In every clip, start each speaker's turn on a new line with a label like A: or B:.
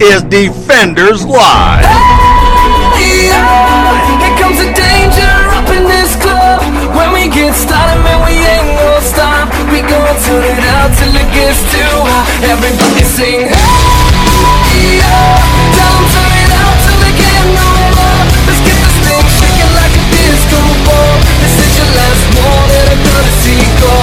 A: is Defenders Live.
B: Here comes the danger up in this club. When we get started, man, we ain't gonna stop. We gonna turn it out till it gets too hot. Everybody sing. Hey, yeah. Tell 'em turn it out till they get no more. Let's get this thing shaking like a disco ball. This is your last warning, I'm gonna see go.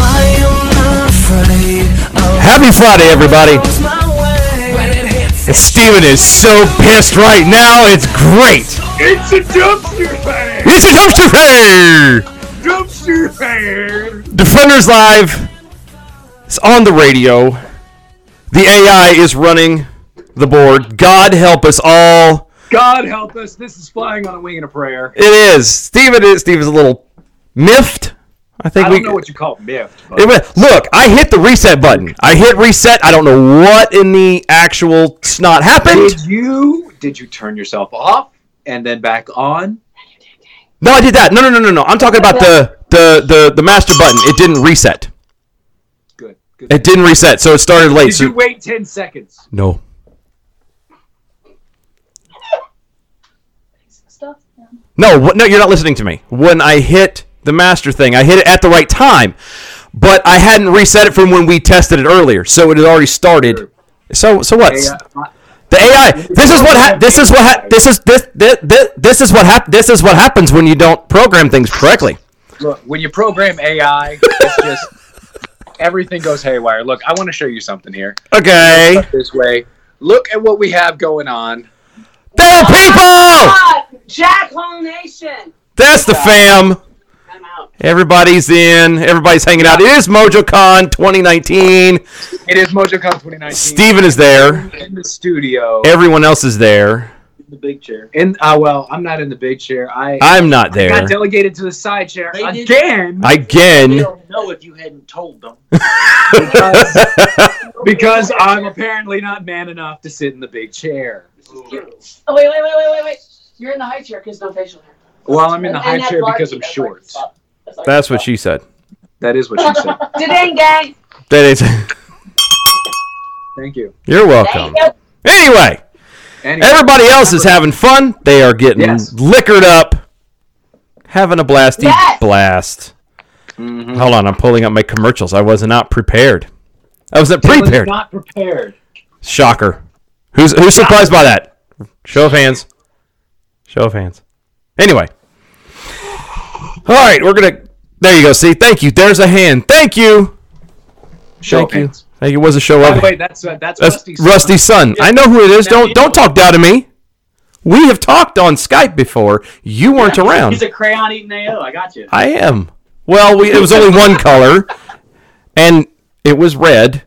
B: I am not afraid of
A: Happy Friday, everybody.
B: what's my way. When it hits,
A: And Steven is so pissed right now. It's great.
C: It's a dumpster fire!
A: It's a dumpster fire.
C: Dumpster fire!
A: Defenders Live. It's on the radio. The AI is running the board. God help us all.
C: God help us, this is flying on a wing and a prayer.
A: It is. Steven is. Steven's a little miffed. I think
C: I
A: we.
C: don't know what you call miffed, but
A: It went- look, I hit the reset button. I hit reset. I don't know what in the actual snot happened.
C: did you did you turn yourself off and then back on?
A: No, I did that. No, no, no, no, no. I'm talking about the the the, the master button. It didn't reset.
C: Good. Good.
A: It didn't reset, so it started late.
C: did
A: So
C: you wait ten seconds?
A: no. No, what, no, you're not listening to me. When I hit the master thing, I hit it at the right time, but I hadn't reset it from when we tested it earlier, so it had already started. So, so what?
C: Hey, uh, I-
A: The AI. This is what. Ha- this is what. Ha- this is this, this. This. This is what. Hap- this is what happens when you don't program things correctly.
C: Look, when you program AI, it's just everything goes haywire. Look, I want to show you something here.
A: Okay.
C: This way. Look at what we have going on.
A: There are people.
D: Jack Hole Nation.
A: That's the fam.
D: I'm out.
A: Everybody's in. Everybody's hanging out. It is MojoCon 2019.
C: It is MojoCon 2019.
A: Steven is there.
C: in the studio.
A: Everyone else is there.
D: The big chair.
C: In uh, well, I'm not in the big chair. I
A: I'm not there
C: got delegated to the side chair
D: They did-
C: again
D: They
A: again.
D: don't know if you hadn't told them.
C: because, because I'm apparently not man enough to sit in the big chair.
D: Oh, wait, wait, wait, wait, wait, wait. You're in the high chair because no facial hair.
C: Well, I'm in the
D: And
C: high
D: that's
C: chair
D: large-
C: because I'm
D: that's
C: short.
D: large. That's, large.
A: That's what she said.
C: That is what she said.
D: Today, gang.
A: That is.
C: Thank you.
A: You're
D: Thank
A: welcome.
D: you.
A: Anyway,
C: Anyway,
A: everybody else is having fun. They are getting
C: Yes.
A: liquored up, having a blasty
D: Yes.
A: blast.
C: Mm-hmm.
A: Hold on, I'm pulling up my commercials. I was not prepared. I wasn't
C: Dylan's
A: prepared.
C: Not prepared.
A: Shocker. Who's who's surprised by that? Show of hands. Show of hands. Anyway. All right, we're gonna. There you go. See, thank you. There's a hand. Thank you.
C: Show
A: thank
C: hands.
A: you. Thank you. It was a show
C: By
A: of
C: the way, that's uh, that's,
A: That's
C: Rusty's
A: Rusty Sun. I know who it is. Don't don't talk down to me. We have talked on Skype before. You weren't
D: He's
A: around.
D: a crayon eating AO. I got you.
A: I am. Well, we, it was only one color, and it was red.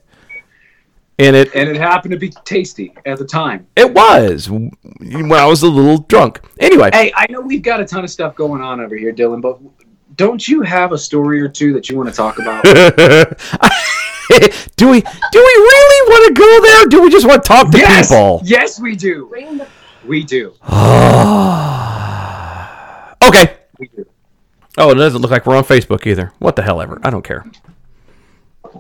A: And it
C: and it happened to be tasty at the time.
A: It was w- when I was a little drunk. Anyway,
C: Hey, I know we've got a ton of stuff going on over here, Dylan, but don't you have a story or two that you want to talk about?
A: do we do we really want to go there? Do we just want to talk to
C: yes,
A: people?
C: yes, we do. We do.
A: Okay.
C: We do.
A: Oh, it doesn't look like we're on Facebook either. What the hell ever. I don't care.
C: Who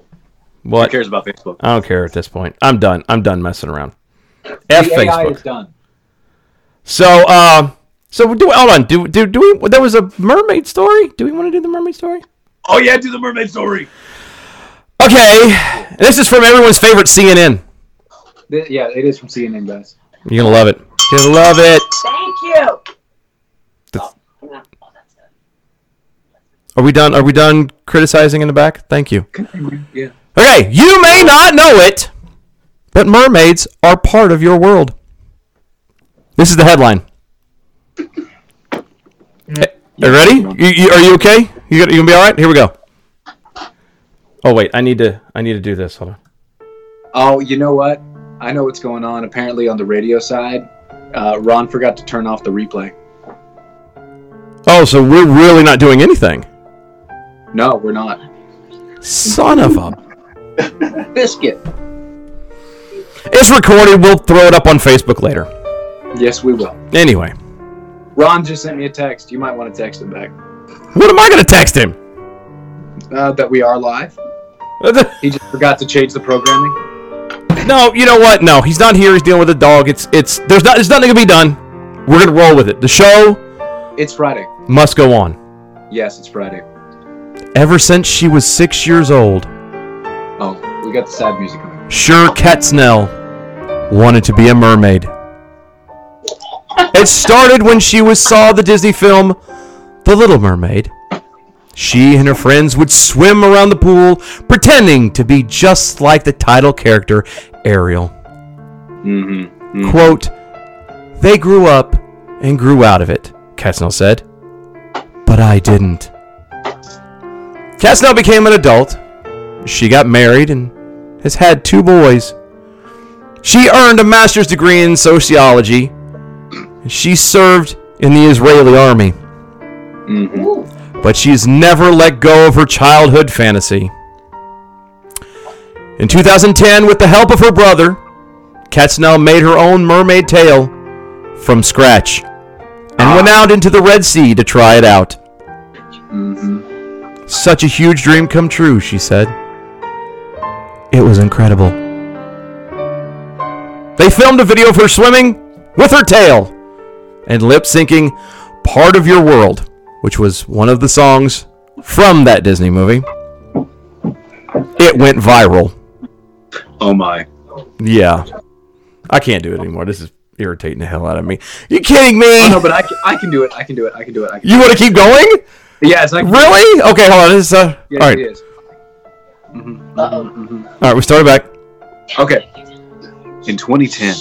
A: What?
C: cares about Facebook?
A: I don't care at this point. I'm done. I'm done messing around. F
C: the AI is
A: Facebook.
C: done.
A: So, um, so do hold on. Do do do we? There was a mermaid story. Do we want to do the mermaid story?
C: Oh yeah, do the mermaid story.
A: Okay, this is from everyone's favorite CNN.
C: Th- yeah, it is from CNN, guys.
A: You're gonna love it. You're gonna love it.
D: Thank you.
A: That's-
D: Hang on. Oh, that's good.
A: Are we done? Are we done criticizing in the back? Thank you.
C: Yeah.
A: Okay, you may not know it, but mermaids are part of your world. This is the headline. Eh, Are you ready? You, you, are you okay? You, gonna- you gonna be all right? Here we go. Oh wait, I need to. I need to do this. Hold on.
C: Oh, you know what? I know what's going on. Apparently, on the radio side, uh, Ron forgot to turn off the replay.
A: Oh, so we're really not doing anything.
C: No, we're not.
A: Son of a.
C: Biscuit.
A: It's recorded. We'll throw it up on Facebook later.
C: Yes, we will.
A: Anyway,
C: Ron just sent me a text. You might want to text him back.
A: what am I gonna text him?
C: Uh, that we are live. He just forgot to change the programming.
A: No, you know what? No, he's not here. He's dealing with a dog. It's it's there's not there's nothing to be done. We're gonna roll with it. The show
C: It's Friday.
A: must go on.
C: Yes, it's Friday.
A: Ever since she was six years old,
C: Oh, we got the sad music on.
A: Sure Ketznell wanted to be a mermaid. It started when she was saw the Disney film The Little Mermaid. She and her friends would swim around the pool, pretending to be just like the title character, Ariel.
C: Mm-hmm.
A: Quote, they grew up and grew out of it, Kessnell said. But I didn't. Kessnell became an adult. She got married and has had two boys. She earned a master's degree in sociology. and She served in the Israeli army. But she's never let go of her childhood fantasy. In 2010, with the help of her brother, Katznell made her own mermaid tale from scratch and went out into the Red Sea to try it out. Such a huge dream come true, she said. It was incredible. They filmed a video of her swimming with her tail and lip syncing Part of Your World, which was one of the songs from that Disney movie. It went viral.
C: Oh my.
A: Yeah. I can't do it anymore. This is irritating the hell out of me. You kidding me?
C: Oh no, but I can, I can do it. I can do it. I can do it. I can.
A: you want to keep going?
C: Yes, I can.
A: Really? Okay, hold on. This is, uh,
C: Yes,
A: all
C: it
A: right.
C: is. Mm-hmm.
A: All right, we started back.
C: Okay. In 2010,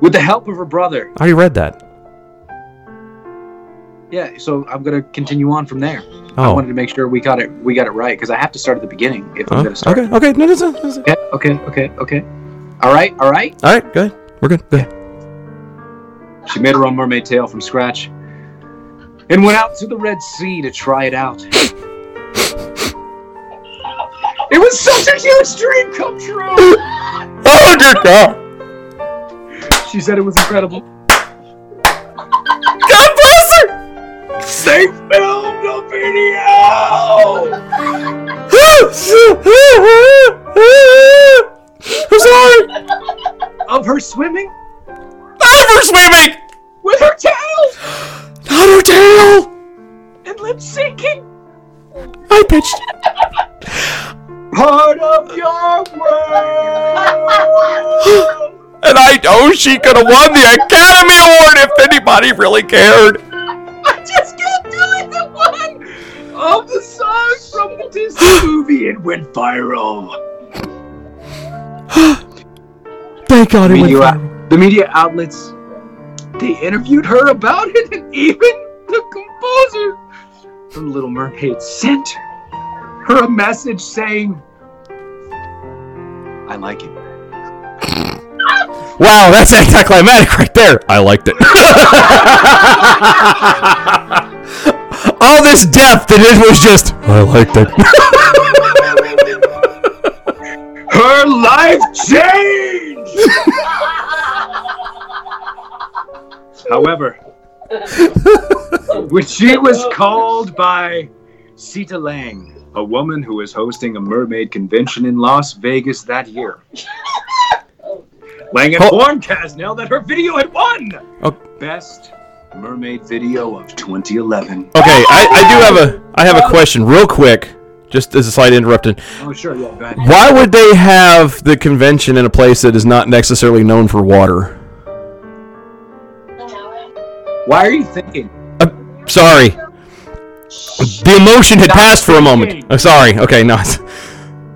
C: with the help of her brother.
A: I already read that.
C: Yeah. So I'm gonna continue on from there. I
A: Oh.
C: wanted to make sure we got it. We got it right because I have to start at the beginning if I'm
A: Huh?
C: gonna start.
A: Okay, okay. No, that's it. that's it.
C: Okay. Okay. Okay. Okay. All right. All right.
A: All right, good. We're good. Go ahead.
C: She made her own mermaid tail from scratch and went out to the Red Sea to try it out. it was such a huge dream come true.
A: Oh, dear God.
C: She said it was incredible.
A: God bless her.
C: They filmed a video.
A: I'm sorry.
C: of her swimming
A: I'm swimming.
C: with her tail
A: Not her tail.
C: and lip syncing.
A: I pitched.
C: Part of your world.
A: And I know she could have won the Academy Award if anybody really cared.
C: I just can't do it. The one of the song from the Disney movie. It went viral.
A: Thank God it
C: media,
A: went.
C: the media outlets they interviewed her about it and even the composer from little mermaid sent her a message saying i like it
A: Wow, that's anticlimactic right there. I liked it. All this depth, and it was just, I liked it.
C: her life changed however when she was called by sita lang a woman who was hosting a mermaid convention in las vegas that year lang informed casnell that her video had won
A: Oh.
C: best mermaid video of 2011
A: Okay, I, I do have a I have a question real quick, Just as a slight interruption,
C: Oh, sure, yeah, go ahead.
A: why would they have the convention in a place that is not necessarily known for water?
C: Why are you thinking?
A: Uh, sorry, the emotion had passed for a moment. Oh, sorry. Okay, no. it's-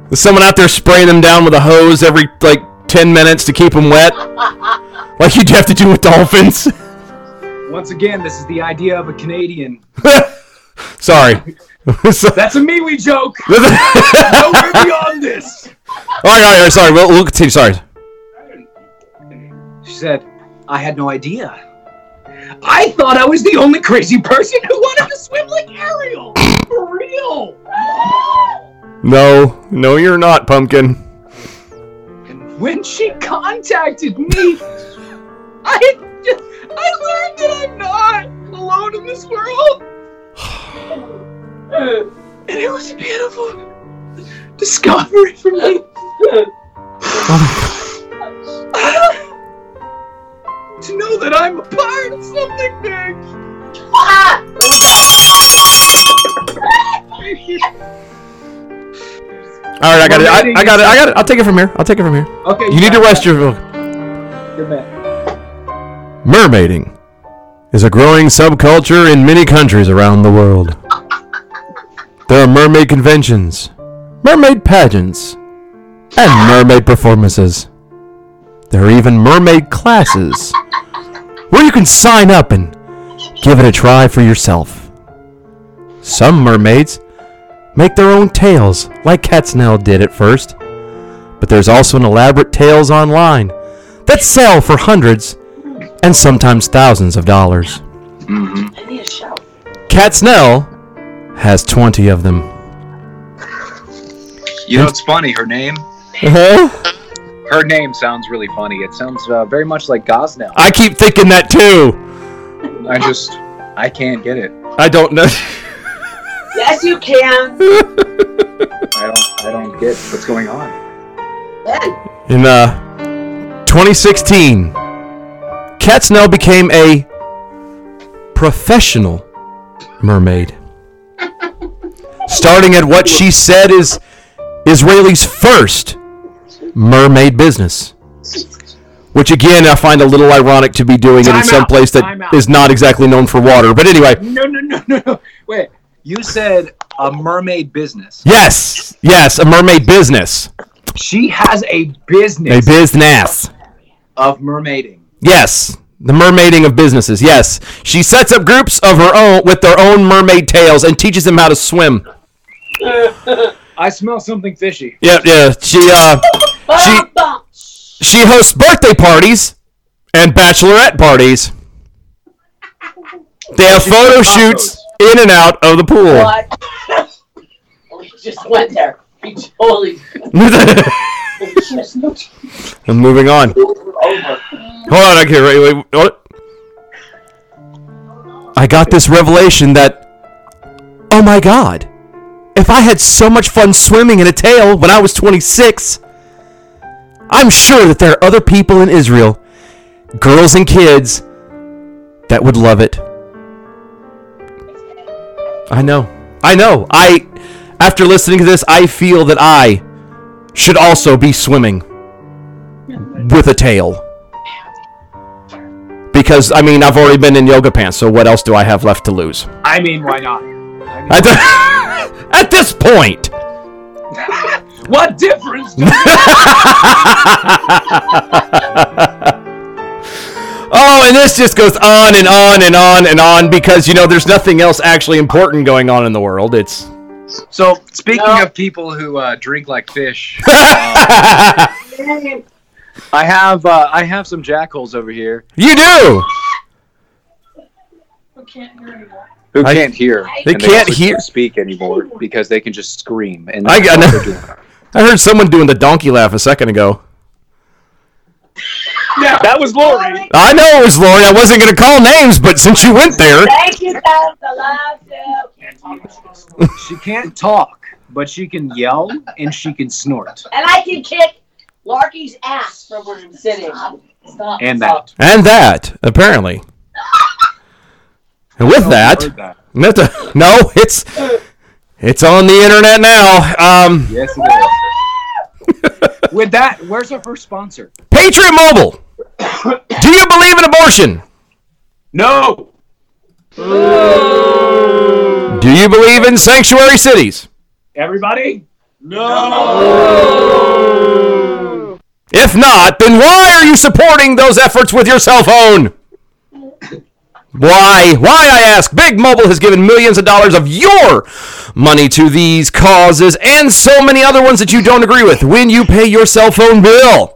A: There's someone out there spraying them down with a hose every like ten minutes to keep them wet, like you'd have to do with dolphins.
C: Once again, this is the idea of a Canadian.
A: sorry. So-
C: That's a Miwi joke. Nowhere beyond this.
A: All right, all right, all right, sorry. We'll, we'll continue. Sorry.
C: She said, I had no idea. I thought I was the only crazy person who wanted to swim like Ariel. For real.
A: No, no, you're not, pumpkin.
C: And when she contacted me, I just, I learned that I'm not alone in this world. And it was a beautiful discovery for me. to know that I'm a part of something big.
A: All right, I got it. I, I got it. I got it. I'll take it from here. I'll take it from here.
C: Okay,
A: You need to rest your.
C: Good man.
A: Mermaiding is a growing subculture in many countries around the world. There are mermaid conventions, mermaid pageants, and mermaid performances. There are even mermaid classes where you can sign up and give it a try for yourself. Some mermaids make their own tails, like Catsnell did at first, but there's also an elaborate tails online that sell for hundreds and sometimes thousands of dollars.
D: I need a shower.
A: Cat Snell has 20 of them.
C: You know, it's funny. Her name,
A: Uh-huh.
C: her name sounds really funny. It sounds uh, very much like Gosnell.
A: I keep thinking that too.
C: I just, I can't get it.
A: I don't know.
D: Yes, you can.
C: I don't, I don't get what's going on.
D: Ben,
A: In uh, 2016, Cat Snell became a professional mermaid. Starting at what she said is Israeli's first mermaid business. Which again, I find a little ironic to be doing it in
C: Time
A: some
C: out,
A: place
C: time
A: that
C: out.
A: is not exactly known for water. But anyway,
C: No, no, no, no, no. Wait, you said a mermaid business.
A: Yes, yes, a mermaid business,
C: She has a
A: a
C: business
A: business.
C: of mermaiding.
A: Yes, the mermaiding of businesses. Yes, she sets up groups of her own with their own mermaid tails and teaches them how to swim.
C: I smell something fishy.
A: Yep, yeah. She uh, she she hosts birthday parties and bachelorette parties. They have photo shoots in and out of the pool.
D: what? we just went there. We totally just moved
A: I'm moving on.
D: over.
A: Hold on, okay, wait, wait, hold it. I got this revelation that, oh my god, if I had so much fun swimming in a tail when I was 26, I'm sure that there are other people in Israel, girls and kids, that would love it. I know, I know. I, after listening to this, I feel that I should also be swimming with a tail because I mean I've already been in yoga pants, so what else do I have left to lose?
C: I mean, why not?
A: At, the- at this point,
C: What difference? does-
A: oh, and this just goes on and on and on and on because you know there's nothing else actually important going on in the world. It's
C: so, speaking of people who uh, drink like fish, I have uh, I have some jackholes over here
A: you do.
C: who
A: I-
C: can't hear.
A: They
C: and
A: can't
C: also
A: hear-
C: speak anymore because they can just scream. And
A: I got-
C: that's what they're doing.
A: I heard someone doing the donkey laugh a second ago.
C: Yeah, that was Lori.
A: I know it was Lori. I wasn't gonna call names, but since you went there,
D: Thank you, guys. I love you. And
C: She can't talk, but she can yell and she can snort.
D: I can kick Larky's ass from where I'm sitting. Stop.
C: And
D: stop.
C: that.
A: and that apparently, and with
C: I
A: that,
C: heard that.
A: no, it's- no, it's It's on the internet now. Um,
C: Yes, it is. With that, where's our first sponsor?
A: Patriot Mobile. Do you believe in abortion?
C: No.
A: Do you believe in sanctuary cities?
C: Everybody?
A: If not, then why are you supporting those efforts with your cell phone? Why? Why, I ask? Big Mobile has given millions of dollars of your money to these causes and so many other ones that you don't agree with when you pay your cell phone bill.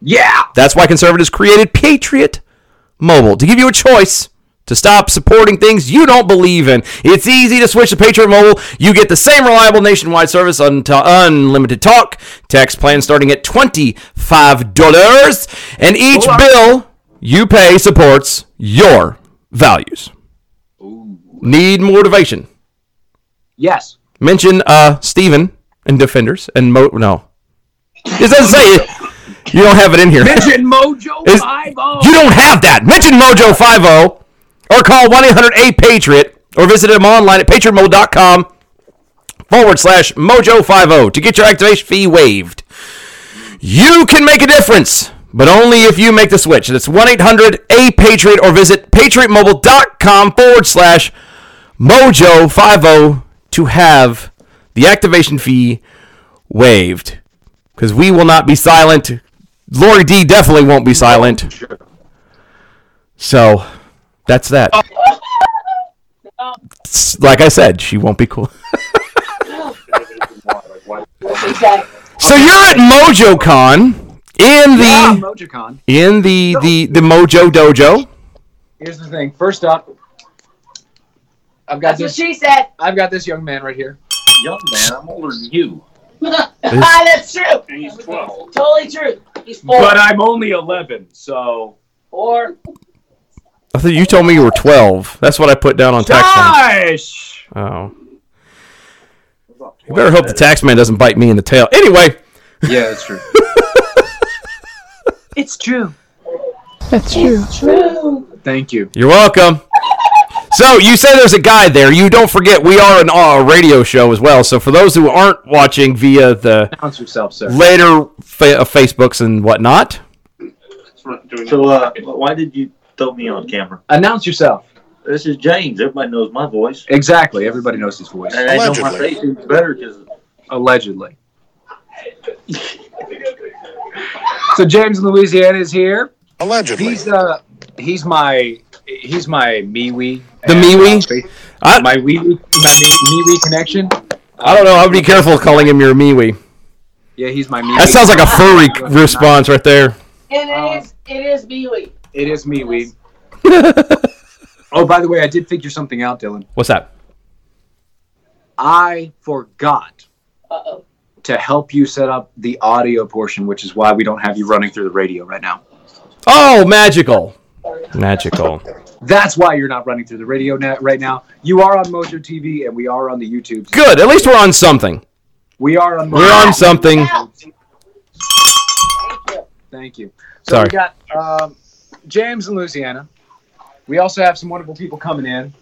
C: Yeah.
A: That's why conservatives created Patriot Mobile to give you a choice to stop supporting things you don't believe in. It's easy to switch to Patriot Mobile. You get the same reliable nationwide service on to- unlimited talk, text plans starting at $25, and each bill you pay supports your values. Need motivation?
C: Yes.
A: Mention uh Steven and Defenders and Mo no. It doesn't say it. You don't have it in here.
C: Vision Mojo
A: Is-
C: 5
A: You don't have that. Mention Mojo 50 or call 1 800 A Patriot or visit them online at patriotmode.com forward slash Mojo 50 to get your activation fee waived. You can make a difference, but only if you make the switch. That's 1 800 A Patriot or visit patriotmobile.com forward slash Mojo 50 to have the activation fee waived. Because we will not be silent. Lori D definitely won't be silent. So that's that. S- Like I said, she won't be cool.
D: Exactly.
A: So you're at MojoCon in
C: Ah,
A: the
C: Mojocon.
A: in the the the Mojo Dojo.
C: Here's the thing. First up, I've got
D: That's what
C: this.
D: she said.
C: I've got this young man right here.
E: Young man, I'm older than you.
D: That's true.
E: And he's 12.
D: Totally true. He's four.
E: But I'm only 11, so.
D: four.
A: I thought you told me you were 12. That's what I put down on tax man.
C: Gosh.
A: Oh. You better hope the tax man doesn't bite me in the tail. Anyway,
C: Yeah, that's true. it's true.
D: True.
C: Thank you.
A: you're welcome. So you say there's a guy there. You don't forget we are an uh, radio show as well. So for those who aren't watching via the
C: Announce yourself, sir.
A: later fa- uh, Facebooks and whatnot,
F: So, uh, why did you throw me on camera?
C: Announce yourself.
F: This is James. Everybody knows my voice.
C: Exactly. Everybody knows his voice.
F: And I know my face is better because
C: Allegedly. so James in Louisiana is here.
G: Allegedly.
C: He's uh he's my he's my MeWe.
A: The
C: and,
A: MeWe?
C: uh, fa-
A: I,
C: my wee my MeWe connection.
A: I don't know. I'll be careful calling him your MeWe.
C: Yeah, he's my MeWe.
A: That sounds like a furry response right there.
D: And it is. It is Bewey.
C: It is MeWe. oh, by the way, I did figure something out, Dylan.
A: What's that?
C: I forgot
D: Uh oh.
C: to help you set up the audio portion, which is why we don't have you running through the radio right now.
A: Oh, magical. Magical.
C: That's why you're not running through the radio net right now. You are on Mojo TV and we are on the YouTube.
A: Good. At least we're on something.
C: We are on.
A: We're on something.
C: Thank you. So
A: Sorry.
C: we got um, James in Louisiana. We also have some wonderful people coming in.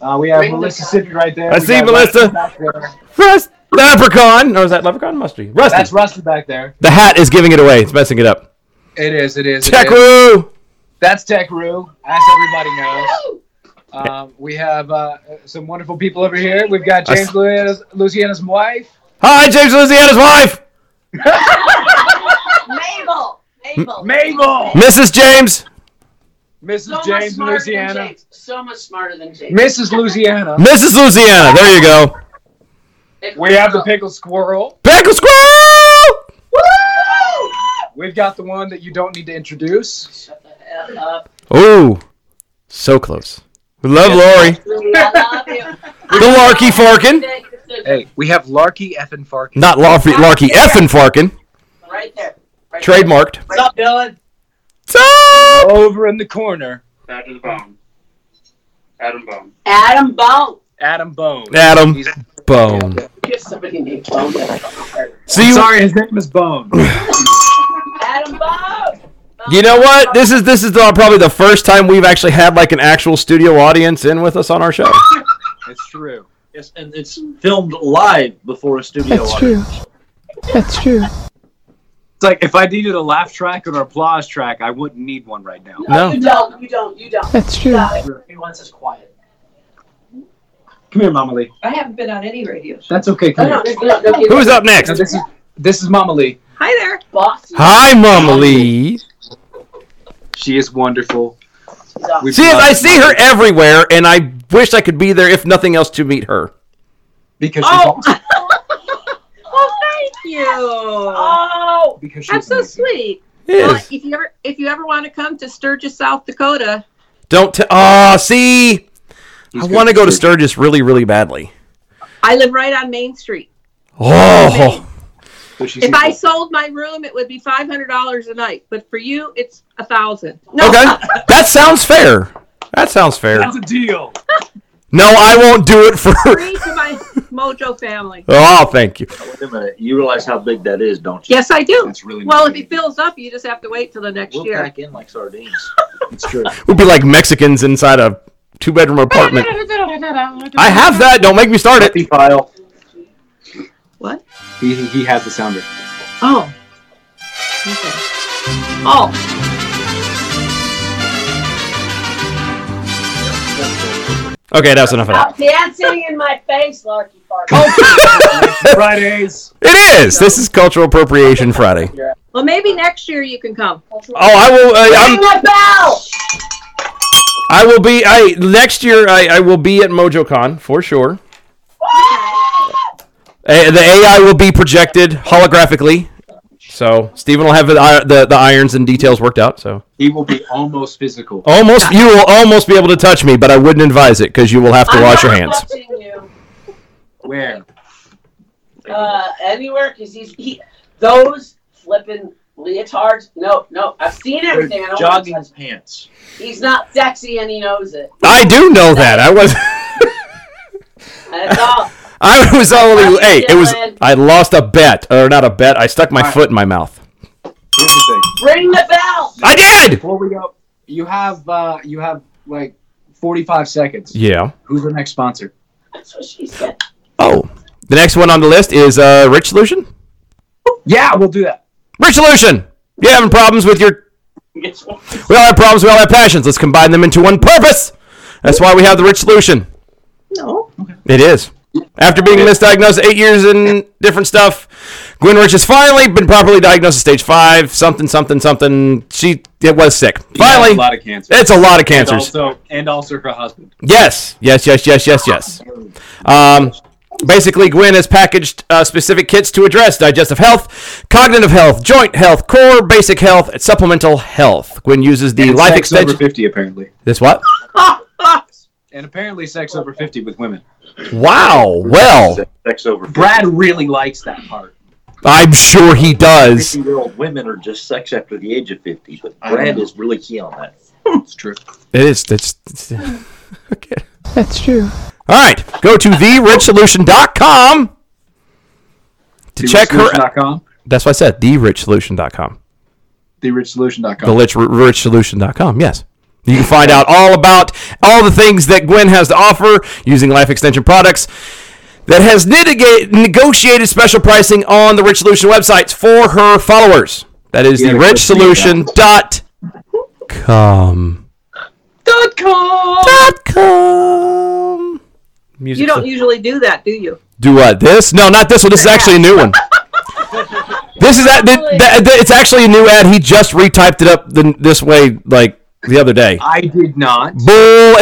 C: Uh, we have
D: Bring the-
C: Melissa Mississippi right there.
A: I
C: We
A: see
C: got
A: Melissa.
C: Rusty back there.
A: Rust. Leprechaun. Or is that leprechaun? Must be. Rusty.
C: That's Rusty back there.
A: the hat is giving it away. It's messing it up.
C: It is. It is. it
A: Check
C: is.
A: Roo.
C: That's Tech Roo, as everybody knows. Um, we have uh, some wonderful people over here. We've got James
A: s-
C: Louisiana's, Louisiana's wife.
A: Hi, James Louisiana's wife.
D: Mabel. Mabel.
C: Mabel!
A: Mrs. James.
C: Mrs.
D: So much
C: James
D: smarter than
C: Louisiana.
D: James. So much smarter than James.
C: Mrs. Louisiana.
A: Mrs. Louisiana. There you go.
C: We have the pickle squirrel.
A: Pickle Squirrel.
C: We've got the one that you don't need to introduce.
D: Shut the hell up.
A: Ooh. So close. We love Lori.
D: Really, I love you.
A: The Larky Farkin.
C: Hey, we have Larky effing Farkin.
A: Not Larky, Larky Effin Farkin.
D: Right there. Right
A: Trademarked.
E: What's up, Dylan?
A: So-
C: Over in the corner,
E: Adam Bone. Adam Bone.
D: there. Adam Bone.
C: Adam Bone.
A: Adam
C: He's-
A: Bone.
D: Get somebody named Bone.
A: So you,
C: Sorry, his name is Bone.
D: Adam Bone.
A: you know what? This is this is the, probably the first time we've actually had like an actual studio audience in with us on our show.
C: it's true.
F: Yes, and it's filmed live before a studio
G: That's true.
F: audience.
G: That's true.
C: It's like if I needed a laugh track or an applause track, I wouldn't need one right now.
A: No.
D: You don't. You don't. You don't.
G: That's true.
D: Stop it. Everyone's just quiet.
C: Come here, Mama Lee.
H: I haven't been on any radio show.
C: That's okay.
D: No,
C: Come
D: no,
C: here.
D: no, no, no, no.
A: Who's up next?
C: No, this is this is Mama Lee.
H: Hi there.
D: Boss.
A: Hi, Mama Lee.
C: She is wonderful. We
A: See,
C: love
A: I see her
C: Mama Lee
A: everywhere, and I wish I could be there, if nothing else, to meet her.
C: because she's
H: Oh.
C: awesome.
H: Oh, thank you.
D: Oh.
C: Because she's
H: That's so
C: amazing.
H: sweet. Well,
A: Yes.
H: if you ever if you ever want to come to Sturgis, South Dakota,
A: Don't. T- oh, see,
C: He's
A: I
C: good.
A: want to go to Sturgis really, really badly.
H: I live right on Main Street.
A: Oh,
C: So she's
H: If I
C: equal.
H: sold my room, it would be five hundred dollars a night. But for you, it's a thousand. No,
A: okay. That sounds fair. That sounds fair.
C: That's a deal.
A: No, I won't do it for.
H: free to my Mojo family.
A: Oh, thank you.
F: Wait a minute. You realize how big that is, don't you?
H: Yes, I do.
C: That's really
H: well,
C: nice.
H: if it fills up, you just have to wait till the next
F: We'll
H: year.
F: pack in like sardines.
C: It's true.
A: We'd be like Mexicans inside a two-bedroom apartment. I have that. Don't make me start it.
F: Happy file.
H: What?
C: He, he- he has the sounder.
H: Oh. Okay. Oh,
A: Okay, that's enough of that.
D: Stop dancing in my face, Larky Park.
C: Fridays.
A: It is. This is Cultural Appropriation Friday.
H: well, maybe next year you can come.
A: Oh, I will.
D: Ring
A: Uh, I'm,
D: the bell.
A: I will be. I next year. I, I will be at MojoCon for sure. A- the AI will be projected holographically, so Stephen will have the, i- the the irons and details worked out. So
C: He will be almost physical.
A: almost you will almost be able to touch me, but I wouldn't advise it because you will have to
D: I'm
A: wash your
D: not
A: hands.
D: touching you,
C: Where?
D: Uh, anywhere, because he's he, those flippin' leotards. No, no, I've seen everything. I don't want to
F: Jogging
D: touch.
F: pants.
D: He's not sexy, and he knows it.
A: I do know that. I was.
D: And it's all.
A: I was only.
D: What are
A: Hey,
D: you
A: it was.
D: doing?
A: I lost a bet, or not a bet. I stuck my foot in my mouth.
C: Here's the thing.
D: Ring the bell.
A: I did.
C: Before we go, you have uh, you have like 45 seconds.
A: Yeah.
C: Who's our next sponsor?
D: That's what she said.
A: Oh, the next one on the list is uh, Rich Solution.
C: Yeah, we'll do that.
A: Rich Solution. You having problems with your?
D: It's one-
A: We all have problems. We all have passions. Let's combine them into one purpose. That's why we have the Rich Solution.
H: No.
A: It is. After being misdiagnosed eight years in different stuff, Gwen Rich has finally been properly diagnosed at stage five. Something, something, something. She it was sick. Finally,
C: a lot of cancer.
A: it's a lot of
C: And
A: cancers.
C: also, and also her husband.
A: Yes, yes, yes, yes, yes, yes. Um, basically, Gwen has packaged uh, specific kits to address digestive health, cognitive health, joint health, core basic health, and supplemental health. Gwen uses the
C: And
A: life
C: sex
A: extension.
C: over 50 apparently.
A: This what?
C: And apparently sex over 50 with women.
A: Wow. Well,
F: Sex over.
C: Brad really likes that part.
A: I'm sure he does.
F: Fifty-year-old women are just sex after the age of fifty, but
C: I
F: Brad
C: know.
F: is really key on that.
C: It's true.
A: It is. It's, it's- okay.
G: That's true.
A: All right. Go to therichsolution.com to check her. out.
C: TheRichSolution.com.
A: That's what I said. Therichsolution.com.
C: TheRichSolution.com.
A: the rich, richsolution.com. Yes. You can find out all about all the things that Gwen has to offer using life extension products that has nitiga- negotiated special pricing on the Rich Solution websites for her followers. That is the
C: Yeah,
A: rich solution dot com.
H: Dot com.
A: Dot com. Music
H: You don't usually do that, do you?
A: do what? This? No, not this one. This is actually a new one. This is that, that, that- that- it's actually a new ad. He just retyped it up the, this way like the other day.
C: I did not
A: Bull!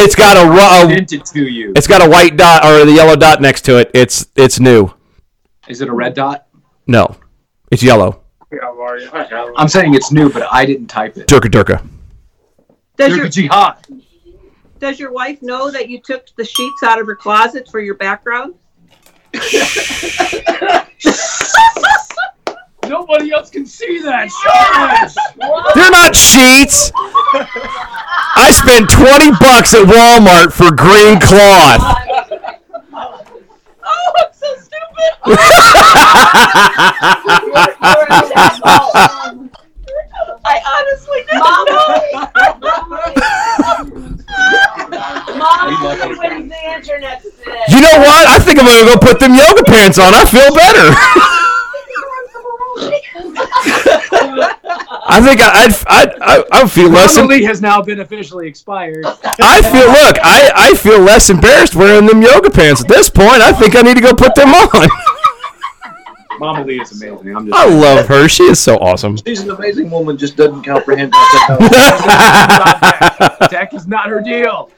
A: It's got a, ru- a
C: sent it to you.
A: it's got a white dot or the yellow dot next to it. It's it's new.
C: Is it a red dot?
A: No, it's yellow.
E: How are you?
C: I'm saying it's new, but I didn't type it.
A: Durka Durka.
H: Does your
C: Durga Jihad.
H: Does your wife know that you took the sheets out of her closet for your background?
C: Nobody else can see that.
H: Oh,
A: They're not sheets. I spent twenty bucks at Walmart for green cloth.
H: Oh, I'm so stupid. I honestly didn't know.
D: Mom, wins the internet today.
A: You know what? I I'm gonna go put them yoga pants on. I feel better. I think I, I'd, I'd, I I would feel less.
C: Summer League has now been officially expired.
A: I feel look. I, I feel less embarrassed wearing them yoga pants at this point. I think I need to go put them on.
E: Mama Lee is amazing. I'm just
A: I love her. She is so awesome.
F: Oh, She's an amazing woman, just doesn't comprehend.
C: Tech is not her deal.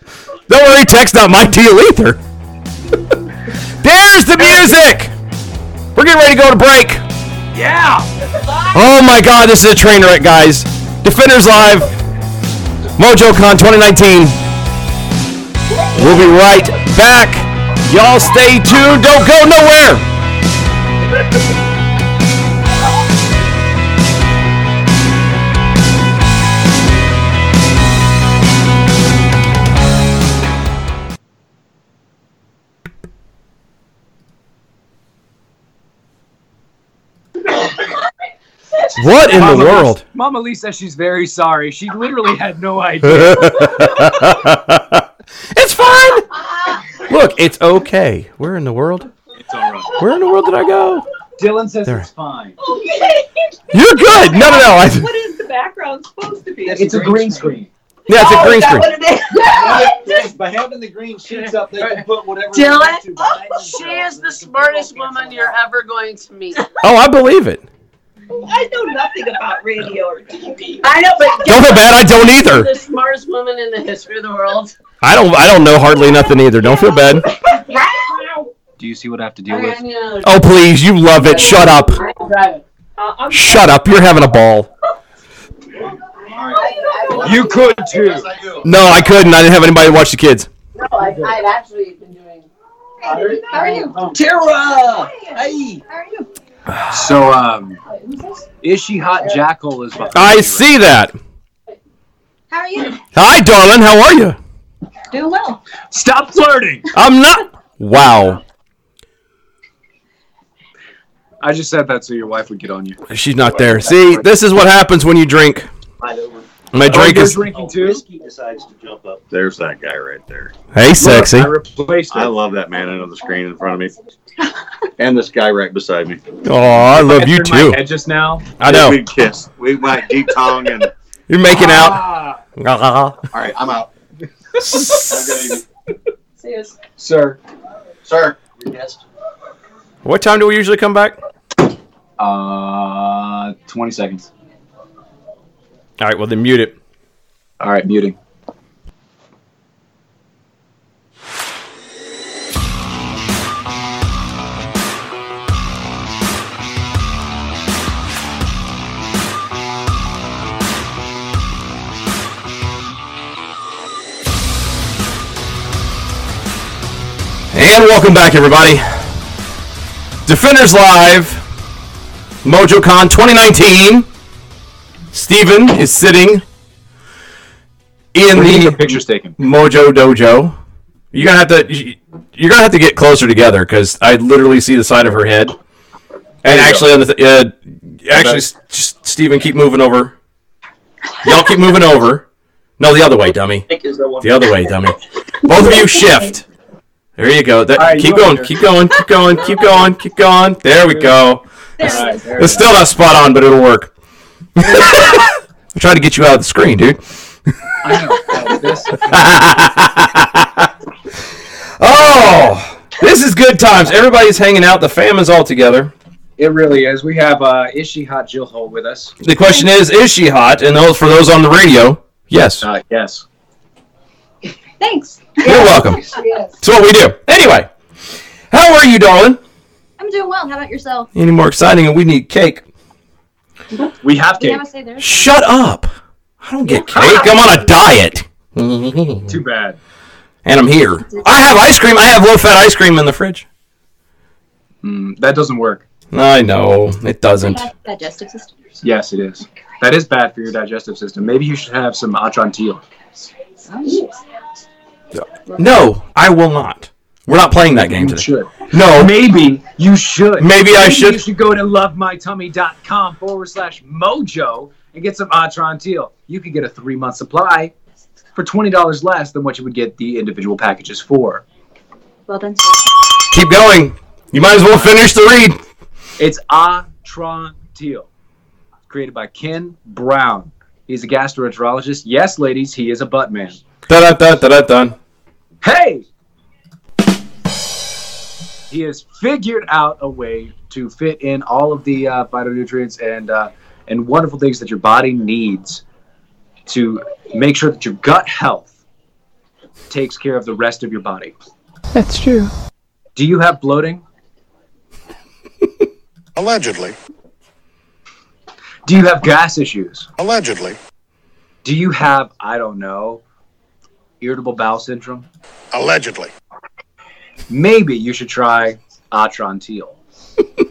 A: Don't worry, tech's not my deal either. There's the music. We're getting ready to go to break.
C: Yeah.
A: Oh my god, this is a train wreck, guys. Defenders Live, MojoCon 2019. We'll be right back. Y'all stay tuned. Don't go nowhere. What in the
C: Mama Lee-
A: world?
C: Mama Lee says she's very sorry. She literally had no idea.
A: it's fine. Look, it's okay. Where in the world?
C: It's all right.
A: Where in the world did I go?
C: Dylan says
A: There.
C: it's fine.
A: You're good. No, no, no. I,
H: What is the background supposed to be?
C: It's a green screen.
A: yeah, it's a green screen.
F: By having the green sheets up, they can put whatever. they want to
D: Dylan,
F: behind
H: Oh.
F: them.
D: she is the smartest woman you're ever going to meet.
A: Oh, I believe it.
H: I know nothing about radio or TV.
D: I know, but
A: Don't feel bad. I don't either.
D: The smartest woman in the history of the world.
A: I don't. I don't know hardly nothing either. Don't feel bad.
C: Do you see what I have to deal
D: Okay,
C: with?
D: I'm gonna-
A: Oh, please, you love it. Shut up.
D: I'm driving.
A: Shut up. You're having a ball.
C: You could too.
A: No, I couldn't. I didn't have anybody to watch the kids.
D: No, Oh, I, I've actually been doing.
H: How are you?
F: Tara, hey,
C: So, um, is she hot? Jackal is. my-
A: I see that.
H: How are you?
A: Hi, darling. How are you?
H: Doing well.
C: Stop flirting.
A: I'm not. Wow.
C: I just said that so your wife would get on you.
A: She's not there. See, this is what happens when you drink. My
C: Oh,
A: drink
C: you're
A: is.
C: drinking too.
F: He decides to jump up.
I: There's that guy right there.
A: Hey, sexy.
C: Look, I replaced
I: I
C: it.
I: love that man on the screen in front of me, and this guy right beside me.
A: Oh, I love you
C: It's in
A: too.
C: my head just now.
A: I know.
I: We kissed. We went deep tongue, and
A: You're making out.
C: Ah,
I: all right, I'm out.
D: See, it's-
C: sir.
I: Sir, your guest.
A: What time do we usually come back?
C: Uh, twenty seconds.
A: All right. Well, then mute it.
C: All right, muting.
A: And welcome back, everybody. Defenders Live, MojoCon 2019. Steven is sitting in
C: We need your
A: the
C: pictures taken.
A: Mojo Dojo. You're gonna have to. you- You're gonna have to get closer together because I literally see the side of her head. And actually, on the th- uh, actually, S- S- Steven, keep moving over. Y'all keep moving over. No, the other way, dummy. The other way, dummy. Both of you shift. There you go. That,
C: right,
A: keep,
C: you
A: going,
C: over.
A: keep going. Keep going. Keep going. Keep going. There we go.
C: All right, there
A: It's still not spot on, but it'll work. I'm trying to get you out of the screen, dude.
C: I know. This-
A: Oh, this is good times. Everybody's hanging out. The family's all together.
C: it really is. We have uh, is she hot? Jill Hole with us.
A: The question is, is she hot? And those for those on the radio, yes.
C: Uh, yes.
H: Thanks.
A: You're welcome. It's what we do. Anyway, how are you, darling?
J: I'm doing well. How about yourself?
A: Any more exciting? And we need cake.
C: We have
J: We
C: cake.
J: have a say there.
A: Shut up. I don't get cake. I'm on a diet,
C: Too bad.
A: and I'm here. I have ice cream. I have low-fat ice cream in the fridge.
C: Mm, that doesn't work.
A: I know it doesn't.
J: Digestive system.
C: Yes, it is. That is bad for your digestive system. Maybe you should have some Atrantil.
D: Oh,
A: No, I will not. We're not playing that game
C: You
A: today.
C: should.
A: No,
C: Maybe you should.
A: Maybe I should.
C: You should go to lovemytummy.com forward slash mojo and get some Atrantil. You could get a three month supply for $20 less than what you would get the individual packages for.
J: Well done, sir.
A: Keep going. You might as well finish the read.
C: It's Atron Teal, created by Ken Brown. He's a gastroenterologist. Yes, ladies, he is a butt man.
A: Dun dun dun dun dun.
C: Hey! He has figured out a way to fit in all of the uh, phytonutrients and uh, and wonderful things that your body needs to make sure that your gut health takes care of the rest of your body.
G: That's true.
C: Do you have bloating?
K: Allegedly.
C: Do you have gas issues?
K: Allegedly.
C: Do you have, I don't know, irritable bowel syndrome?
K: Allegedly.
C: Maybe you should try Atron Teal. Go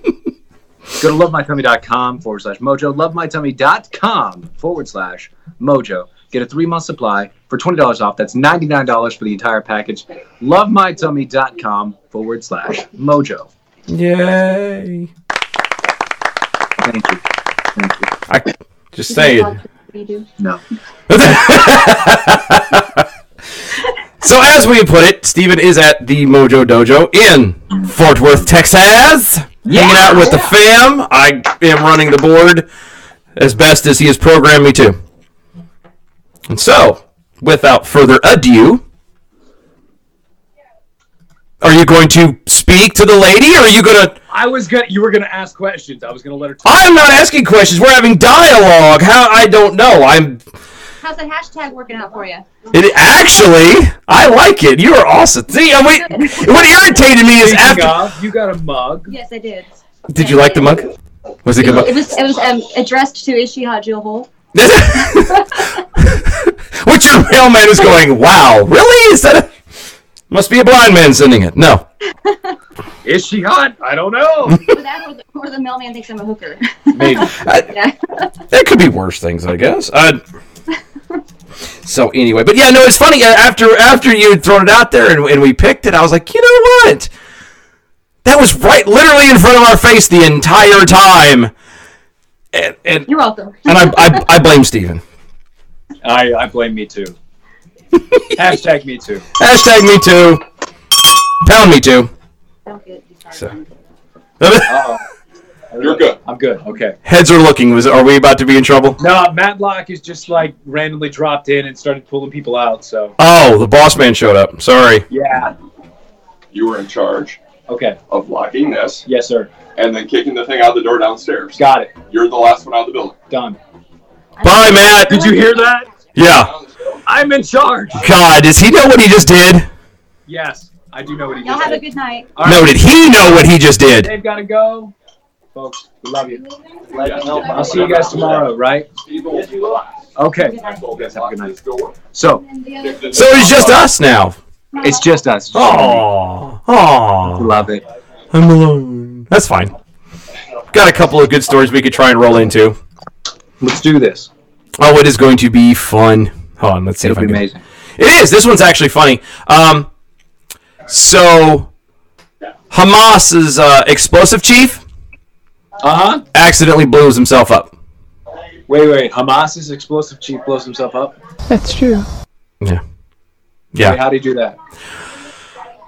C: to lovemytummy.com forward slash mojo, lovemytummy.com forward slash mojo. Get a three month supply for $20 off. That's $99 for the entire package. Lovemytummy.com forward slash mojo.
A: Yay.
C: Thank you. Thank you.
A: I just saying.
C: No.
A: So as we put it, Steven is at the Mojo Dojo in Fort Worth, Texas. Hanging out with the fam. I am running the board as best as he has programmed me to. And so, without further ado, are you going to speak to the lady or are you going to
C: I was gonna. You were gonna ask questions. I was gonna let her. Talk.
A: I'm not asking questions. We're having dialogue. How I don't know. I'm
J: How's the hashtag working out for you?
A: It actually, I like it. You are awesome. See, I wait, what irritated me is
C: Speaking
A: after.
C: of, you got a mug.
J: Yes, I did.
A: Did you like the mug? Was it good
J: It
A: mug?
J: was it was um, addressed to Ishiha Jill Hole.
A: Which your mailman is going? Wow, really? Is that a? Must be a blind man sending it. No.
C: Is she hot? I don't know.
J: Or that, or the, or the mailman thinks I'm a hooker.
A: Maybe.
J: yeah.
A: There could be worse things, I guess. Uh, so anyway, but yeah, no, it's funny. uh, After after you had thrown it out there and, and we picked it, I was like, you know what? That was right, literally in front of our face the entire time. And and,
J: You're welcome.
A: and I, I I blame Steven.
E: I, I blame me too. Hashtag me too.
A: Hashtag me too. Pound me too. So.
E: You're good. I'm good. Okay.
A: Heads are looking. Was are we about to be in trouble?
C: No, Matlock is just like randomly dropped in and started pulling people out. So
A: Oh, the boss man showed up. Sorry.
C: yeah,
L: You were in charge
C: okay,
L: of locking this
C: yes sir,
L: and then kicking the thing out the door downstairs.
C: got it,
L: You're the last one out of the building.
C: done.
A: Bye, Matt.
C: Did you hear that?
A: Yeah.
C: I'm in charge.
A: God, does he know what he just did?
C: Yes, I do know what he
J: Y'all
C: just
J: have a
C: did.
J: good night.
C: All right.
A: No, did he know what he just did?
C: They've got to go, folks. We love you.
L: Let me know.
C: I'll see you guys tomorrow, right? Okay. So
A: So it's just us now.
C: it's just us.
A: Oh, oh,
C: love it.
A: I'm alone. That's fine. Got a couple of good stories we could try and roll into.
C: Let's do this.
A: Oh, it is going to be fun. Hold on, let's see
C: It'll
A: if I
C: be
A: can.
C: amazing.
A: It is. This one's actually funny. Um, so Hamas's uh, explosive chief
C: Uh huh.
A: accidentally blows himself up.
C: Wait, wait. Hamas's explosive chief blows himself up.
G: That's true.
A: Yeah, yeah.
C: Wait, how'd he do that?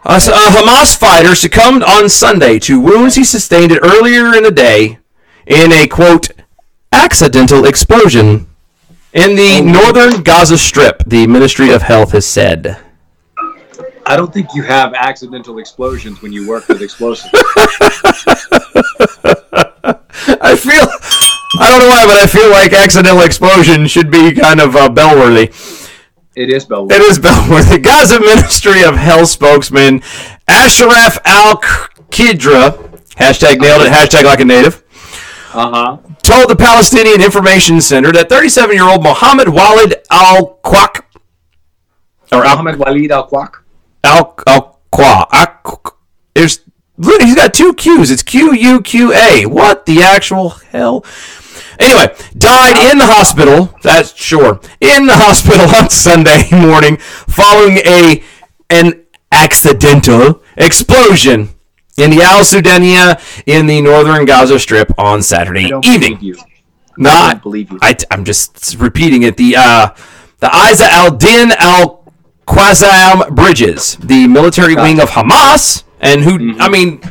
A: A, a uh, Hamas fighter succumbed on Sunday to wounds he sustained earlier in the day in a quote accidental explosion in the northern Gaza Strip. The Ministry of Health has said.
C: I don't think you have accidental explosions when you work with explosives.
A: I feel I don't know why, but I feel like accidental explosion should be kind of uh, bellworthy.
C: it is Bellwood.
A: It is bellworthy. Gaza Ministry of Health spokesman Ashraf Al Kidra hashtag nailed it hashtag like a native.
C: Uh huh.
A: told the Palestinian Information Center that 37-year-old Mohammed Walid Al Quaq or Al
C: Ahmed Walid Al Kwak.
A: Al Al Qua Al- there's look, he's got two Q's. It's Q U Q A. What the actual hell? Anyway, died in the hospital. That's sure in the hospital on Sunday morning following a an accidental explosion in the Al Sudania in the northern Gaza Strip on Saturday evening.
C: you.
A: Not
C: believe you.
A: I, am just repeating it. The uh, the Isa al Din al Qasam bridges, the military wing of Hamas, And who? I mean,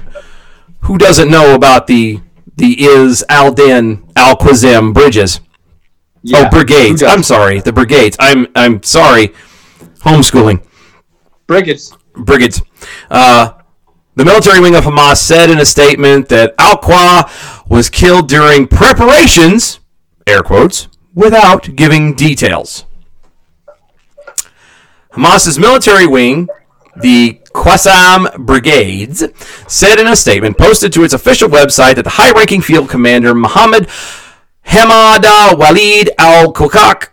A: who doesn't know about the the is Al Din Al Khazim bridges?
F: Yeah,
A: oh, brigades.
F: who doesn't?
A: I'm sorry, the brigades. I'm I'm sorry. Homeschooling.
F: Brigades.
A: Brigades. Uh, the military wing of Hamas said in a statement that Al Qua was killed during preparations, air quotes, without giving details. Hamas's military wing, the Qasam Brigades, said in a statement posted to its official website that the high ranking field commander Mohammed Hamada Walid Al Kokak,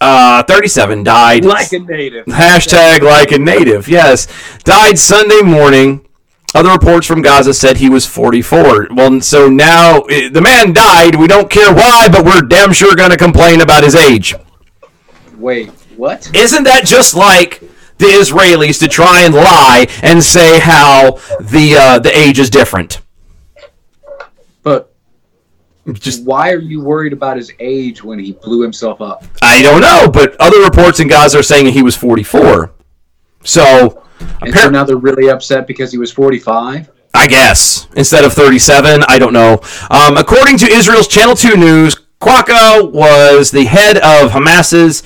A: uh, 37, died.
F: Like a native.
A: Hashtag like a native, yes. Died Sunday morning. Other reports from Gaza said he was 44. Well, so now eh, the man died. We don't care why, but we're damn sure going to complain about his age.
F: Wait, what?
A: Isn't that just like the Israelis to try and lie and say how the uh, the age is different?
C: But just why are you worried about his age when he blew himself up?
A: I don't know, but other reports in Gaza are saying he was 44. So
C: And so now they're really upset because he was 45.
A: I guess instead of 37, I don't know. Um, according to Israel's Channel 2 News, Quaka was the head of Hamas's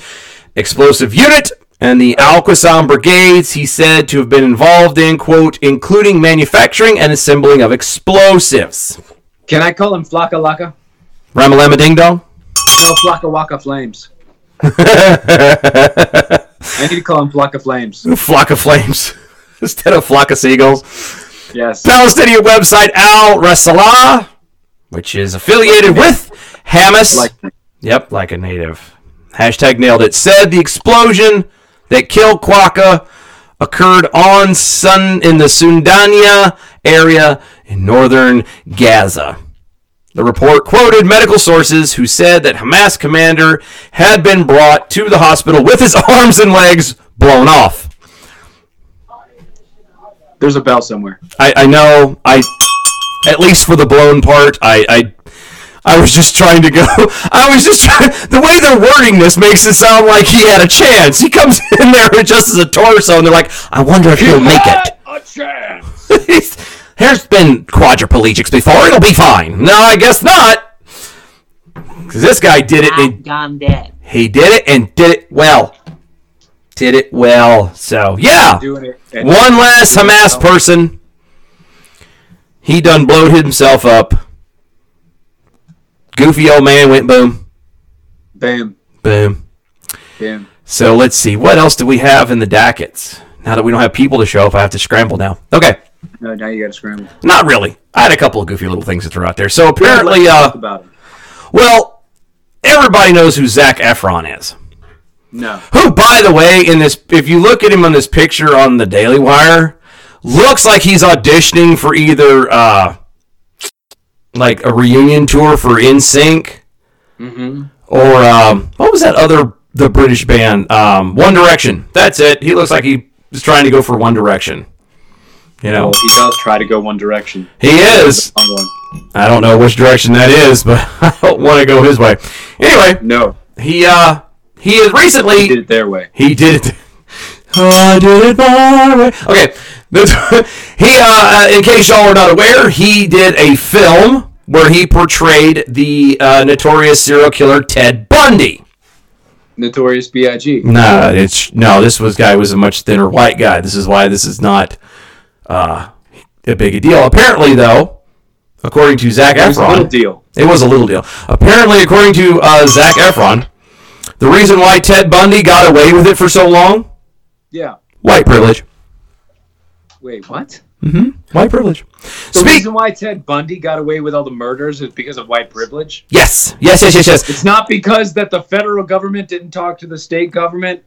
A: explosive unit and the Al Qassam brigades. He said to have been involved in quote, including manufacturing and assembling of explosives.
C: Can I call him Flaka Laka?
A: Ramalama Ding Dong.
C: No, Flaka Waka Flames. I need to call him Flaka Flames.
A: flock of flames instead of flock of seagulls.
C: Yes.
A: Palestinian website Al Rasalah, which is affiliated with Hamas. yep, like a native. Hashtag nailed it. Said the explosion that killed Quaka occurred on Sun in the Sundania area in northern Gaza. The report quoted medical sources who said that Hamas commander had been brought to the hospital with his arms and legs blown off.
C: There's a bell somewhere.
A: I, I know. I at least for the blown part, I, I I was just trying to go. I was just trying. The way they're wording this makes it sound like he had a chance. He comes in there just as a torso, and they're like, "I wonder if he'll make it."
F: A chance.
A: There's been quadriplegics before. It'll be fine. No, I guess not. 'Cause this guy did it. And
D: gone dead.
A: he did it and did it well. Did it well. So yeah.
C: Doing it. And-
A: One last Hamas person. He done blowed himself up. Goofy old man went boom,
C: Bam.
A: boom.
C: Bam.
A: So let's see. What else do we have in the dockets? Now that we don't have people to show up, I have to scramble now. Okay.
C: No, now you got to scramble.
A: Not really. I had a couple of goofy little things to throw out there. So apparently, uh,
C: about it.
A: well, everybody knows who Zach Efron is.
C: No.
A: Who, by the way, in this, if you look at him on this picture on the Daily Wire, looks like he's auditioning for either uh, like a reunion tour for NSYNC
C: Mm-hmm.
A: or um, what was that other the British band um, One Direction. That's it. He looks like he is trying to go for One Direction. You know,
C: Well, Oh, he does try to go one direction.
A: He is.
C: Wrong one.
A: I don't know which direction that is, but I don't want to go his way. Anyway,
C: no,
A: he uh he is recently
C: He did it their way.
A: He did it. I did it my way. Okay. This- he, uh, in case y'all are not aware, he did a film where he portrayed the uh, notorious serial killer Ted Bundy.
C: Notorious B.I.G.
A: Nah, it's no. This was guy was a much thinner white guy. This is why this is not uh, a big a deal. Apparently, though, according to Zach
C: It was a
A: Efron,
C: little deal.
A: it was a little deal. Apparently, according to uh, Zach Efron, the reason why Ted Bundy got away with it for so long
C: Yeah.
A: white privilege.
C: Wait, what?
A: Mm-hmm. White privilege.
C: The
A: Speak-
C: reason why Ted Bundy got away with all the murders is because of white privilege.
A: Yes. Yes. Yes. Yes. Yes.
C: It's not because that the federal government didn't talk to the state government,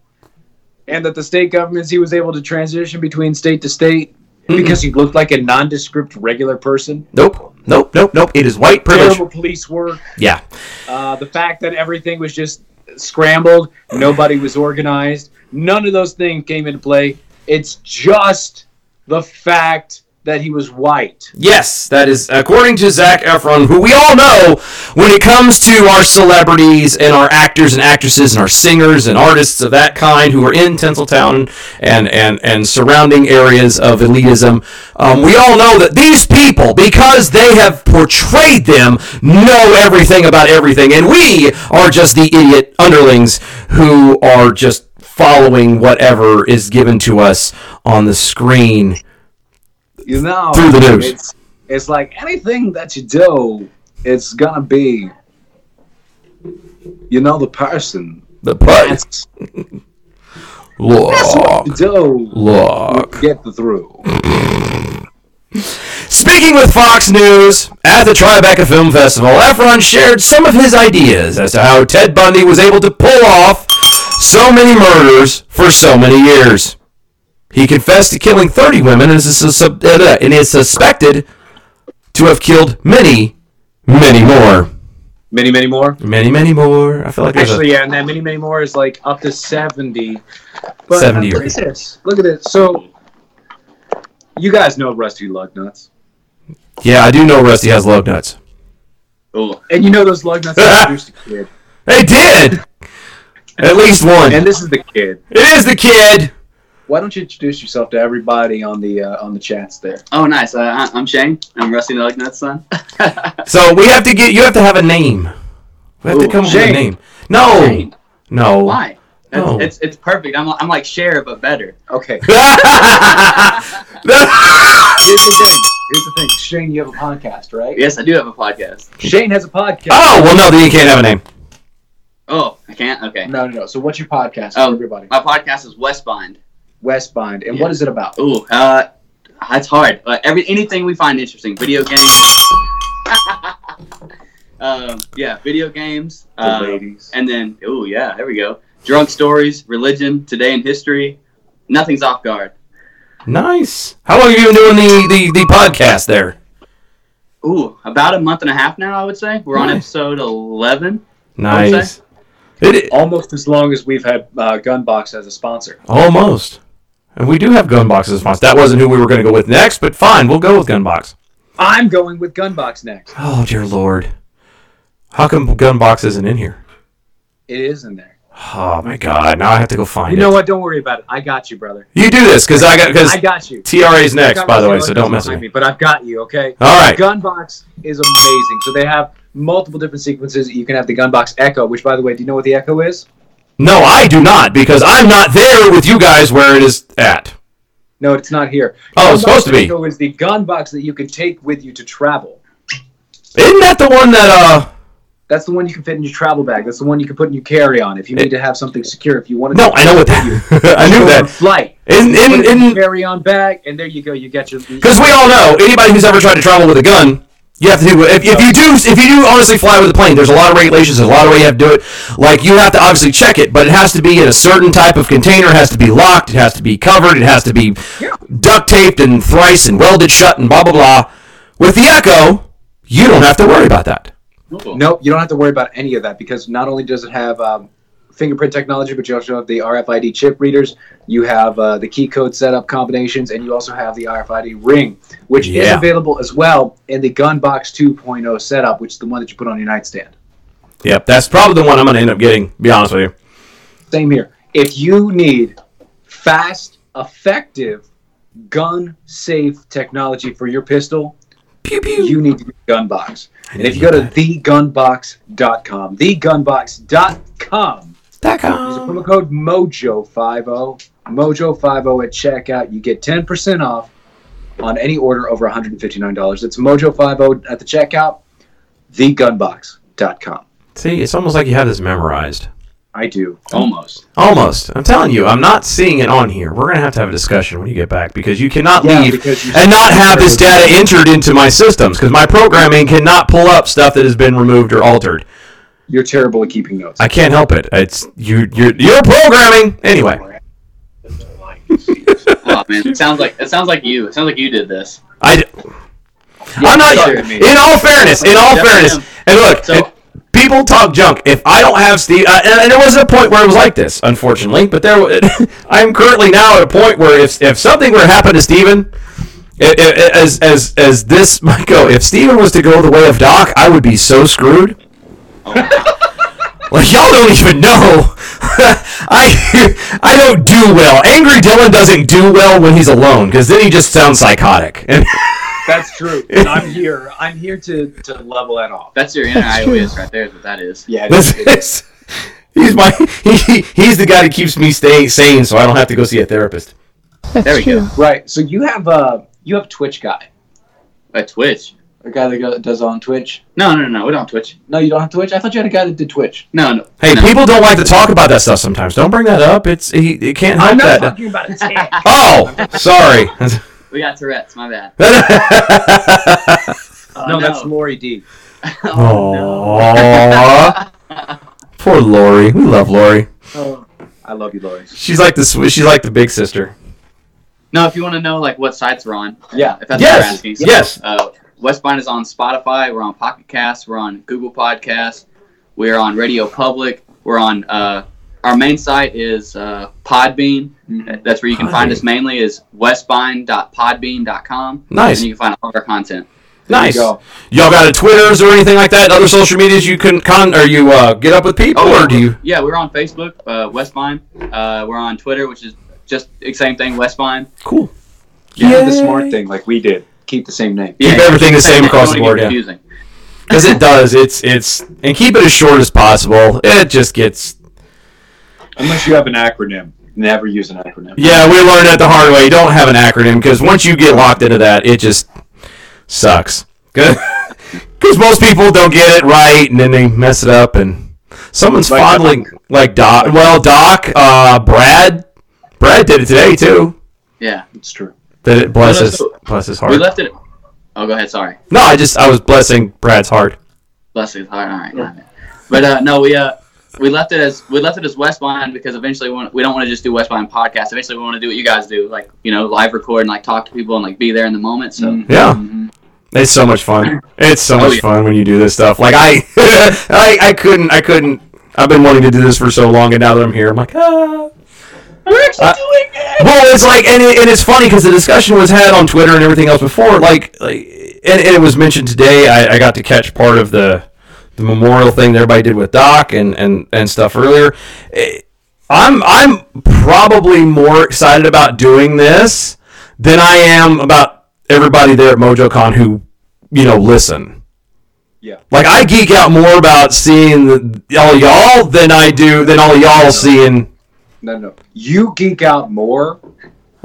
C: and that the state governments he was able to transition between state to state because he looked like a nondescript regular person.
A: Nope. Nope. Nope. Nope. It is white privilege.
C: Terrible police work.
A: Yeah.
C: Uh, the fact that everything was just scrambled, nobody was organized, none of those things came into play. It's just the fact that he was white.
A: Yes, that is according to Zach Efron, who we all know when it comes to our celebrities and our actors and actresses and our singers and artists of that kind who are in Tinseltown and, and, and surrounding areas of elitism. Um, we all know that these people, because they have portrayed them, know everything about everything. And we are just the idiot underlings who are just following whatever is given to us on the screen.
C: You know,
A: Through the news.
C: It's, it's like anything that you do, it's gonna be, you know, the person.
A: The person.
C: That's what you do.
A: Look.
C: to Get the through.
A: Speaking with Fox News at the Tribeca Film Festival, Efron shared some of his ideas as to how Ted Bundy was able to pull off so many murders for so many years. He confessed to killing 30 women and is, sus- uh, and is suspected to have killed many, many more.
C: Many, many more?
A: Many, many more. I feel like there's
C: Actually,
A: a,
C: yeah, and then many, many more is like up to seventy. But
A: 70
C: uh, look
A: years.
C: at this. Look at this. So, you guys know Rusty Lugnuts,
A: yeah, I do know Rusty has love nuts.
C: and you know those Lugnuts introduced a kid.
A: They did! At least one.
C: And this is the kid.
A: It is the kid.
C: Why don't you introduce yourself to everybody on the uh, on the chats there?
K: Oh, nice. Uh, I- I'm Shane. I'm Rusty Nugnut's son.
A: So we have to get. You have to have a name. We have to
K: Ooh,
A: come up with a
K: Shane.
A: name. No, no.
K: Why? It's,
A: No.
K: it's, it's perfect. I'm, I'm like Cher, but better.
C: Okay.
K: Here's
C: the thing. Here's the thing, Shane. You have a podcast, right?
K: Yes, I do have a podcast.
C: Shane has a podcast.
A: Oh well, no. Then you can't have a name.
K: Oh, I can't? Okay.
C: No, no, no. So what's your podcast for
K: Oh,
C: everybody?
K: My podcast is Westbind.
C: Westbind, and what is it about?
K: Ooh, uh, that's hard. Uh, every anything we find interesting, video games. um, yeah, video games.
C: The
K: uh,
C: ladies.
K: And then, ooh, yeah, there we go. Drunk stories, religion, today in history. Nothing's off guard.
A: Nice. How long have you been doing the the, the podcast there?
K: Ooh, about a month and a half now, I would say. We're on episode eleven. I would
A: Nice.
K: say.
C: Almost as long as we've had uh, Gunbox as a sponsor.
A: Almost. And we do have Gunbox as a sponsor. That wasn't who we were going to go with next, but fine, we'll go with Gunbox.
C: I'm going with Gunbox next.
A: Oh dear lord. How come Gunbox isn't in here?
C: It is in there.
A: Oh my god. Now I have to go find
C: You
A: it.
C: know what? Don't worry about it. I got you, brother.
A: You do this because I got because
C: I got you.
A: TRA's next,
C: I got
A: by the
C: you.
A: way, so don't mess
C: Behind
A: with me.
C: But I've got you, okay?
A: All right.
C: Gunbox is amazing. So they have multiple different sequences. You can have the Gunbox Echo, which, by the way, do you know what the Echo is?
A: No, I do not because I'm not there with you guys where it is at.
C: No, it's not here.
A: Oh, it's
C: Gunbox
A: supposed to be.
C: Echo is the Gunbox that you can take with you to travel.
A: Isn't that the one that uh?
C: That's the one you can fit in your travel bag. That's the one you can put in your carry-on if you need to have something secure. If you want to,
A: No, I know what that. I knew that.
C: Flight.
A: In in
C: Put it in
A: in
C: your carry-on bag, and there you go. You got your.
A: because we all know anybody who's ever tried to travel with a gun. You have to do if, if you do if you do honestly fly with a plane. There's a lot of regulations. There's a lot of way you have to do it. Like you have to obviously check it, but it has to be in a certain type of container. It has to be locked. It has to be covered. It has to be duct taped and thrice and welded shut and blah blah blah. With the Echo, you don't have to worry about that.
C: Nope, you don't have to worry about any of that because not only does it have um, fingerprint technology, but you also have the RFID chip readers. You have uh, the key code setup combinations, and you also have the RFID ring, which is
A: Yeah.
C: available as well in the Gunbox 2.0 setup, which is the one that you put on your nightstand.
A: Yep, that's probably the one I'm gonna end up getting. Be honest with you.
C: Same here. If you need fast, effective, gun-safe technology for your pistol, you need to get Gunbox. And if you go to thegunbox.com, thegunbox.com, Use the promo code oh, MOJO50, MOJO50 at checkout. You get 10% off on any order over $159. It's MOJO50 at the checkout, thegunbox.com.
A: See, it's almost like you have this memorized.
C: I do.
K: Almost.
A: Almost. I'm telling you, I'm not seeing it on here. We're going to have to have a discussion when you get back because you cannot
C: Yeah,
A: leave
C: because you-
A: and not have this data entered into my systems because my programming cannot pull up stuff that has been removed or altered.
C: You're terrible at keeping notes.
A: I can't help it. It's you you your programming. Anyway,
K: Oh man, it sounds like it sounds like you. It sounds like you did this.
A: I d- I'm not in all fairness, in all fairness. And look, if people talk junk. If I don't have Steve, uh, and, and there was a point where it was like this, unfortunately. But there, I'm currently now at a point where if if something were to happen to Steven, I- I- As as as this might go, if Steven was to go the way of Doc, I would be so screwed. like y'all don't even know. I I don't do well. Angry Dylan doesn't do well when he's alone because then he just sounds psychotic. And
E: That's true. And I'm here. I'm here to, to level that off.
K: That's your inner iOS right there. Is what that is.
E: Yeah.
A: this is he's my he, he's the guy that keeps me staying sane, so I don't have to go see a therapist.
K: there we go.
E: Right. So you have uh you have Twitch guy.
K: A Uh, Twitch.
E: A guy that go- does on Twitch.
K: No, no, no. We don't have Twitch.
E: No, you don't have Twitch. I thought you had a guy that did Twitch.
K: No, no.
A: Hey, people don't like to talk about that stuff sometimes. Don't bring that up. It's he it can't help
K: I'm
A: that.
K: not talking about a tick.
A: oh, sorry.
K: We got Tourette's. My bad.
E: no, that's Lori D.
A: Aww. Poor Lori. We love Lori.
E: Oh, I love you, Lori.
A: She's like the sw- she's like the big sister.
K: No, if you want to know like what sites we're on.
E: Yeah.
K: If that's what
A: Yes,
K: you're asking. So,
A: yes.
K: Uh, Westbind is on Spotify. We're on Pocket Cast. We're on Google Podcast. We're on Radio Public. We're on. Uh, our main site is uh, Podbean. That's where you can find us mainly is westbind.podbean.com.
A: Nice.
K: And you can find all of our content.
A: Nice. Y'all got a Twitters or anything like that? Other social medias you can con or you uh, get up with people or do you?
K: Oh, Yeah, we're on Facebook, uh, Westbind. Uh, we're on Twitter, which is just the same thing, Westbind.
A: Cool.
C: You did the
K: Yay.
C: smart thing like we did. Keep the same name.
A: Keep everything the same
K: Don't
A: across the
K: get
A: board, yeah.
K: confusing.
A: Because it does. It's it's and keep it as short as possible. It just gets
E: Unless you have an acronym. Never use an acronym.
A: yeah. We learned that the hard way. You don't have an acronym because once you get locked into that, it just sucks. Because most people don't get it right and then they mess it up and someone's
E: Like
A: fondling like Doc. Well, Doc, uh, Brad, Brad did it today too.
K: Yeah.
E: It's true.
A: That it bless
K: No, no,
A: his
K: so
A: bless his
K: We
A: heart.
K: left it. Oh, go ahead. Sorry.
A: No, I just I was blessing Brad's heart.
K: Bless his heart. All right. got it. But uh, no, we uh, we left it as we left it as Westbind because eventually we, want, we don't want to just do Westbind podcast. Eventually we want to do what you guys do, like you know, live record and like talk to people and like be there in the moment. So
A: Yeah. It's so much fun. It's so much fun when you do this stuff. Like I, I, I couldn't, I couldn't. I've been wanting to do this for so long, and now that I'm here, I'm like, ah.
D: We're actually
A: Uh,
D: doing it.
A: well, it's like, and, it, and it's funny because the discussion was had on Twitter and everything else before. Like, like and, and it was mentioned today. I, I got to catch part of the the memorial thing that everybody did with Doc and and and stuff earlier. Eh, I'm I'm probably more excited about doing this than I am about everybody there at MojoCon who you know listen.
E: Yeah.
A: Like I geek out more about seeing the, all y'all than I do than all y'all seeing.
C: No, no. You geek out more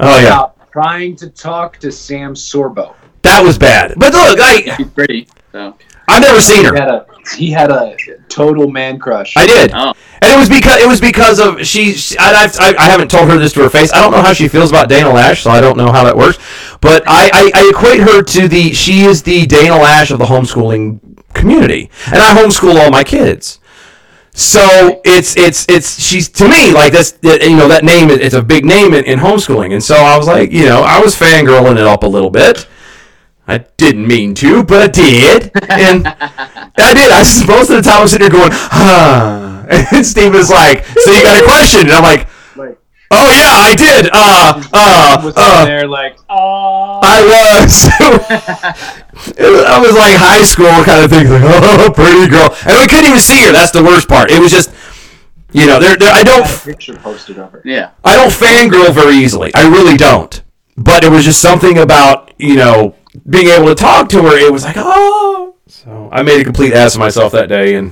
A: Oh yeah.
C: about trying to talk to Sam Sorbo.
A: That was bad. But look, I
K: she's pretty. So
A: I've never seen
C: He
A: her.
C: had a, he had a total man crush.
A: I did,
K: oh
A: and it was because it was because of she. she I, I've- I I haven't told her this to her face. I don't know how she feels about Dana Lash, so I don't know how that works. But I I, I equate her to the she is the Dana Lash of the homeschooling community, and I homeschool all my kids. So it's it's it's she's to me like that's that- you know that name is- it's a big name in, in homeschooling, and so I was like you know I was fangirling it up a little bit. I didn't mean to, but I did, and I did. I just most of the time I'm sitting here going, huh. And Steve is like, so you got a question? And I'm like,
E: Like-
A: oh yeah, I did. Uh, uh,
E: was in
A: uh.
E: there like
A: I was. It was- I was like high school kind of thing, like oh, pretty girl, and we couldn't even see her. That's the worst part. It was just, you know, there, there. I don't,
C: a picture posted of her.
K: yeah.
A: I don't fangirl very easily. I really don't. But it was just something about you know being able to talk to her. It was like oh. So I made a complete ass of myself that day, and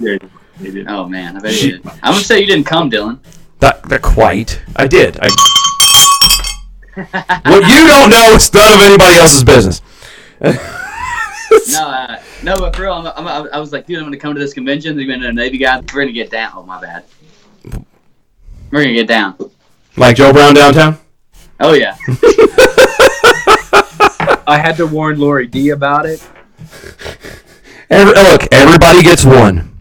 K: oh man, I bet you did. I'm gonna say you didn't come, Dylan.
A: Not, not quite. I did. I... what you don't know is none of anybody else's business.
K: No, uh, no, but for real, I'm, I'm, I was like, dude, I'm gonna come to this convention. They're gonna Navy guy. We're gonna get down. Oh my bad. We're gonna get down.
A: Like Joe Brown downtown.
K: Oh yeah.
C: I had to warn Lori D about it.
A: Every, look, everybody gets one.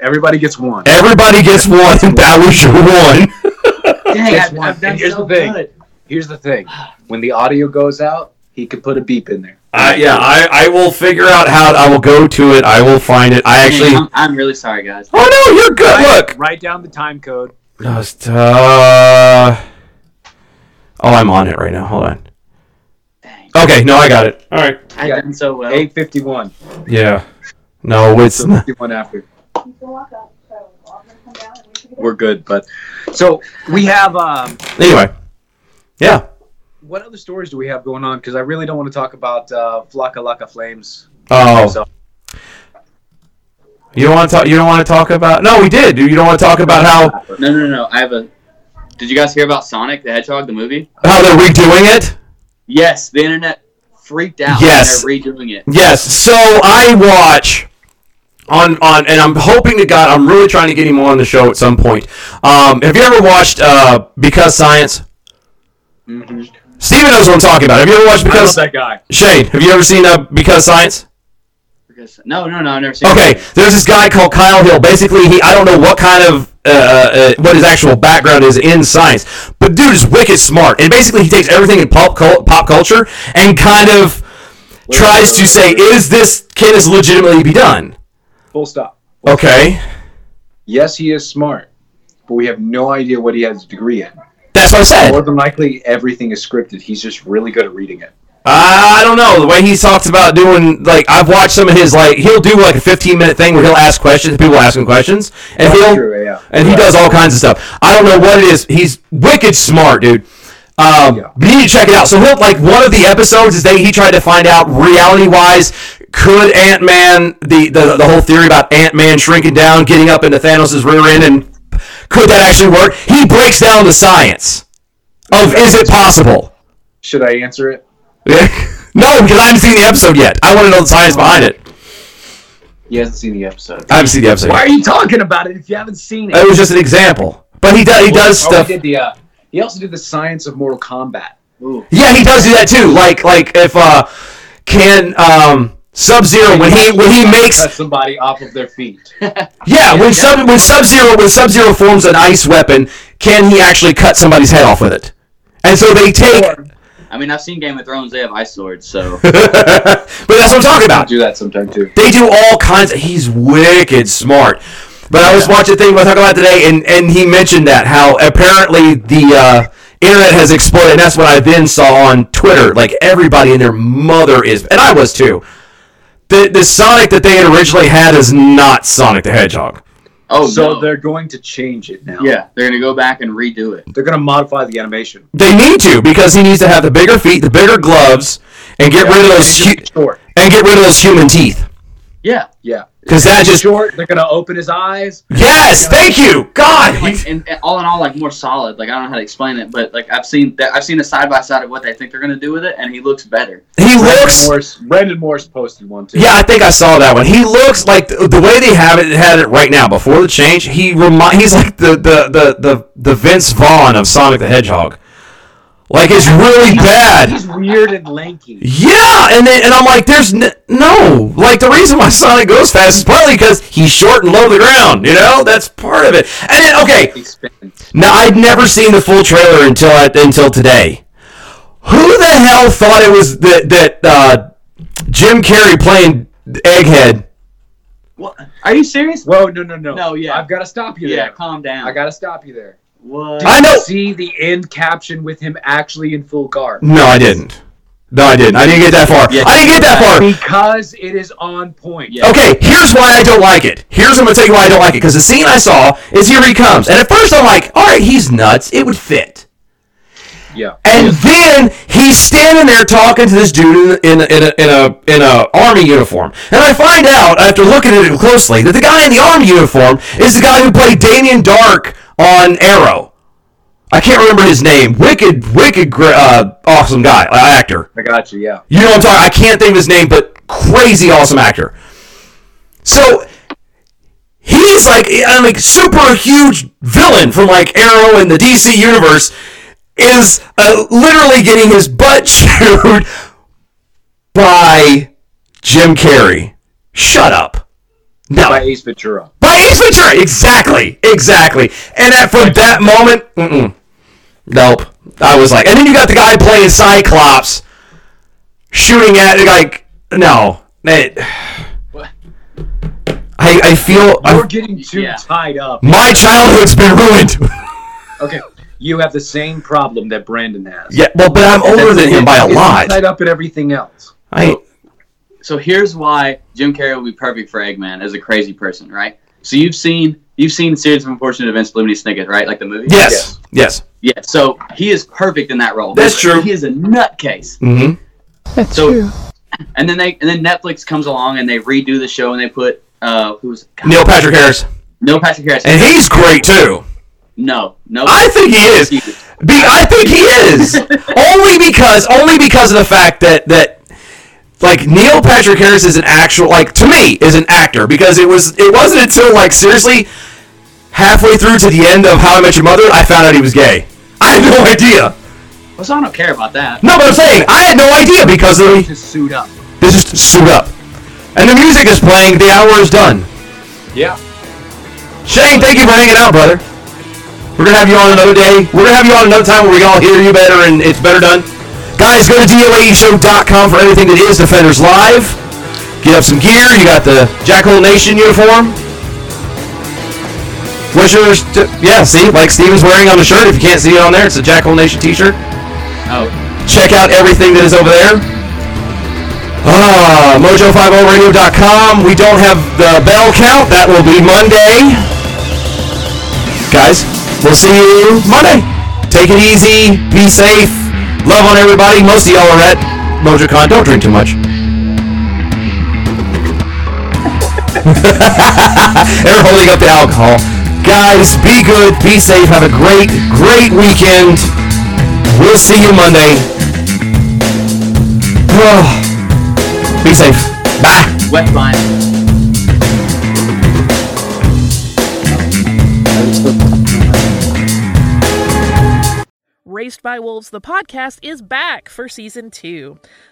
C: Everybody gets one.
A: Everybody gets one. That was your one.
K: Dang,
C: Gets
K: I've,
C: one.
K: I've done
C: And here's
K: so
C: the thing.
K: good.
C: Here's the thing. When the audio goes out, he could put a beep in there.
A: I, yeah, I, I will figure out how. I will go to it. I will find it. I actually.
K: Dang, I'm, I'm really sorry, guys.
A: Oh no, you're good. Look.
C: Write down the time code.
A: Just, uh, oh, I'm on it right now. Hold on. Okay, no, I got it. All right.
K: I've done so well.
C: Eight fifty one.
A: Yeah. No, it's
C: So
A: not.
C: do one after. We're good, but so we have. Um,
A: Anyway. Yeah.
C: what other stories do we have going on? Because I really don't want to talk about uh, Flocka Locka Flames.
A: Oh.
C: So-
A: You don't want to talk. You don't want to talk about. No, we did. You don't want to talk about how
K: No, no, no. I have a. Did you guys hear about Sonic the Hedgehog the movie?
A: how they're redoing it.
K: Yes, the internet freaked out.
A: Yes.
K: when they're redoing it.
A: Yes. So I watch on on, and I'm hoping to God. I'm really trying to get him on the show at some point. Um, have you ever watched uh, Because Science? Steven knows what I'm talking about. Mm-hmm. Have you ever watched Because
K: I love that guy.
A: Shane, have you ever seen uh, Because Science?
K: Because- No, no, no. I've never seen.
A: Okay, there's this guy called Kyle Hill. Basically, he I don't know what kind of uh, uh, what his actual background is in science, but dude is wicked smart. And basically, he takes everything in pop cul- pop culture and kind of tries to say, is this can this legitimately be done?
C: Full stop.
A: Okay,
C: Yes, he is smart, but we have no idea what he has a degree in.
A: That's what I said.
C: More than likely, everything is scripted. He's just really good at reading it.
A: I don't know the way he talks about doing like I've watched some of his like he'll do like a 15 minute thing where he'll ask questions, people ask him questions, and
C: That's
A: he'll
C: true, yeah.
A: and he does all kinds of stuff. I don't know what it is. He's wicked smart, dude. Um, but You need to check it out. So he'll, like one of the episodes is they he tried to find out reality wise could Ant Man the, the the whole theory about Ant Man shrinking down, getting up into Thanos' rear end, and could that actually work? He breaks down the science of is it possible?
C: Should I answer it?
A: Yeah. no, because I haven't seen the episode yet. I want to know the science behind it.
K: He hasn't seen the episode.
A: I haven't seen the episode.
C: Why are you talking about it if you haven't seen it?
A: It was just an example, but he does he
C: Well,
A: does
C: oh, he
A: stuff.
C: did the, uh, he also did the science of Mortal Kombat.
A: Yeah, he does do that too. Like like if uh can um Sub Zero when he when he makes
C: Cut somebody off of their feet.
A: yeah when sub when Sub Zero when Sub Zero forms an ice weapon, can he actually cut somebody's head off with it? And so they take.
K: I mean, I've seen Game of Thrones. They have ice swords, so.
A: but that's what I'm talking about.
C: Do that sometime too.
A: They do all kinds. Of, he's wicked smart. But I was watching a thing we're talking about today, and, and he mentioned that how apparently the uh, internet has exploded. And that's what I then saw on Twitter. Like everybody and their mother is, and I was too. The the Sonic that they had originally had is not Sonic the Hedgehog.
K: Oh,
C: so
K: no.
C: they're going to change it now.
K: Yeah, they're gonna go back and redo it.
C: They're going to modify the animation.
A: They need to because he needs to have the bigger feet, the bigger gloves, and get rid of those hu- and get rid of those human teeth.
K: Yeah.
C: Yeah.
A: 'Cause that just-
C: short. They're going to open his eyes.
A: Yes, thank you, God.
K: Like, and, and all in all, like more solid. Like I don't know how to explain it, but like I've seen that I've seen a side by side of what they think they're gonna do with it, and he looks better.
A: He looks.
C: Morris, Brandon Morris posted one too.
A: Yeah, I think I saw that one. He looks like the, the way they have it had it right now before the change. He remind he's like the the, the the the Vince Vaughn of Sonic the Hedgehog. Like it's really bad.
C: He's weird and lanky.
A: Yeah, and then, and I'm like, there's n- no like the reason why Sonic goes fast is partly because he's short and low to the ground. You know, that's part of it. And then okay, now I'd never seen the full trailer until I, until today. Who the hell thought it was that that uh, Jim Carrey playing Egghead?
K: Are you serious?
C: Whoa, no, no, no.
K: No, yeah.
C: I've got to stop you
K: yeah,
C: there.
K: calm down.
C: I got to stop you there.
K: What?
C: Did
A: I know-
C: You see the end caption with him actually in full garb.
A: No, I didn't. No, I didn't. I didn't get that far.
K: Yeah,
A: I didn't get that far.
C: Because it is on point.
A: Okay, here's why I don't like it. Here's I'm gonna tell you why I don't like it. Because the scene I saw is here he comes, and at first I'm like, all right, he's nuts. It would fit.
C: Yeah.
A: And then he's standing there talking to this dude in in a, in a in a army uniform, and I find out after looking at it closely that the guy in the army uniform is the guy who played Damien Dark on Arrow. I can't remember his name. Wicked, wicked, gr- uh, awesome guy, uh, actor.
C: I got you. Yeah.
A: You know what I'm talking. I can't think of his name, but crazy awesome actor. So he's like I'm like super huge villain from like Arrow in the DC universe is uh, literally getting his butt chewed by Jim Carrey. Shut up. No.
C: By Ace Ventura.
A: By Ace Ventura. Exactly. Exactly. And that from that moment, mm-mm. nope. I was like, and then you got the guy playing Cyclops, shooting at like, no, it. I, I feel
C: You're
A: I,
C: getting too tied up.
A: my childhood's been ruined.
C: Okay.
M: You have the same problem that Brandon has.
A: Yeah, well, but I'm older than him by a lot.
M: Tied up in everything else.
A: I
C: So here's why Jim Carrey would be perfect for Eggman as a crazy person, right? So you've seen you've seen Series of Unfortunate Events, Lemony Snicket, right? Like the movie.
A: yes, yes.
C: Yeah. Yeah, So he is perfect in that role.
A: That's true.
C: He is a nutcase.
A: Mm-hmm.
N: That's
C: So-
N: true.
C: And then they and then Netflix comes along and they redo the show and they put uh who's
A: Neil Patrick Harris,
C: Neil Patrick Harris.
A: and he's great too.
C: No, no.
A: I think he is. Be- I think he is only because only because of the fact that that like Neil Patrick Harris is an actual like to me is an actor because it was it wasn't until like seriously halfway through to the end of How I Met Your Mother I found out he was gay. I had no idea.
C: Well, so I don't care about that.
A: No, but I'm saying I had no idea because of the
M: Just suit up.
A: They just suit up. And the music is playing. The hour is done.
M: Yeah.
A: Shane, thank you for hanging out, brother. We're gonna have you on another day. We're gonna have you on another time where we all hear you better and it's better done. Guys, go to DOAEshow.com for everything that is Defenders Live. Get up some gear. You got the Jackhole Nation uniform. What's your st- yeah? See, like Steven's wearing on the shirt. If you can't see it on there, it's a Jackhole Nation T-shirt.
C: Oh,
A: Check out everything that is over there. Ah, mojo50radio.com. We don't have the bell count. That will be Monday. Guys, we'll see you Monday. Take it easy. Be safe. Love on everybody. Most of y'all are at MojoCon. Don't drink too much. They're holding up the alcohol. Guys, be good. Be safe. Have a great, great weekend. We'll see you Monday. Ah. Be safe. Bye.
C: wet blind.
K: Raced by Wolves, the podcast, is back for season two.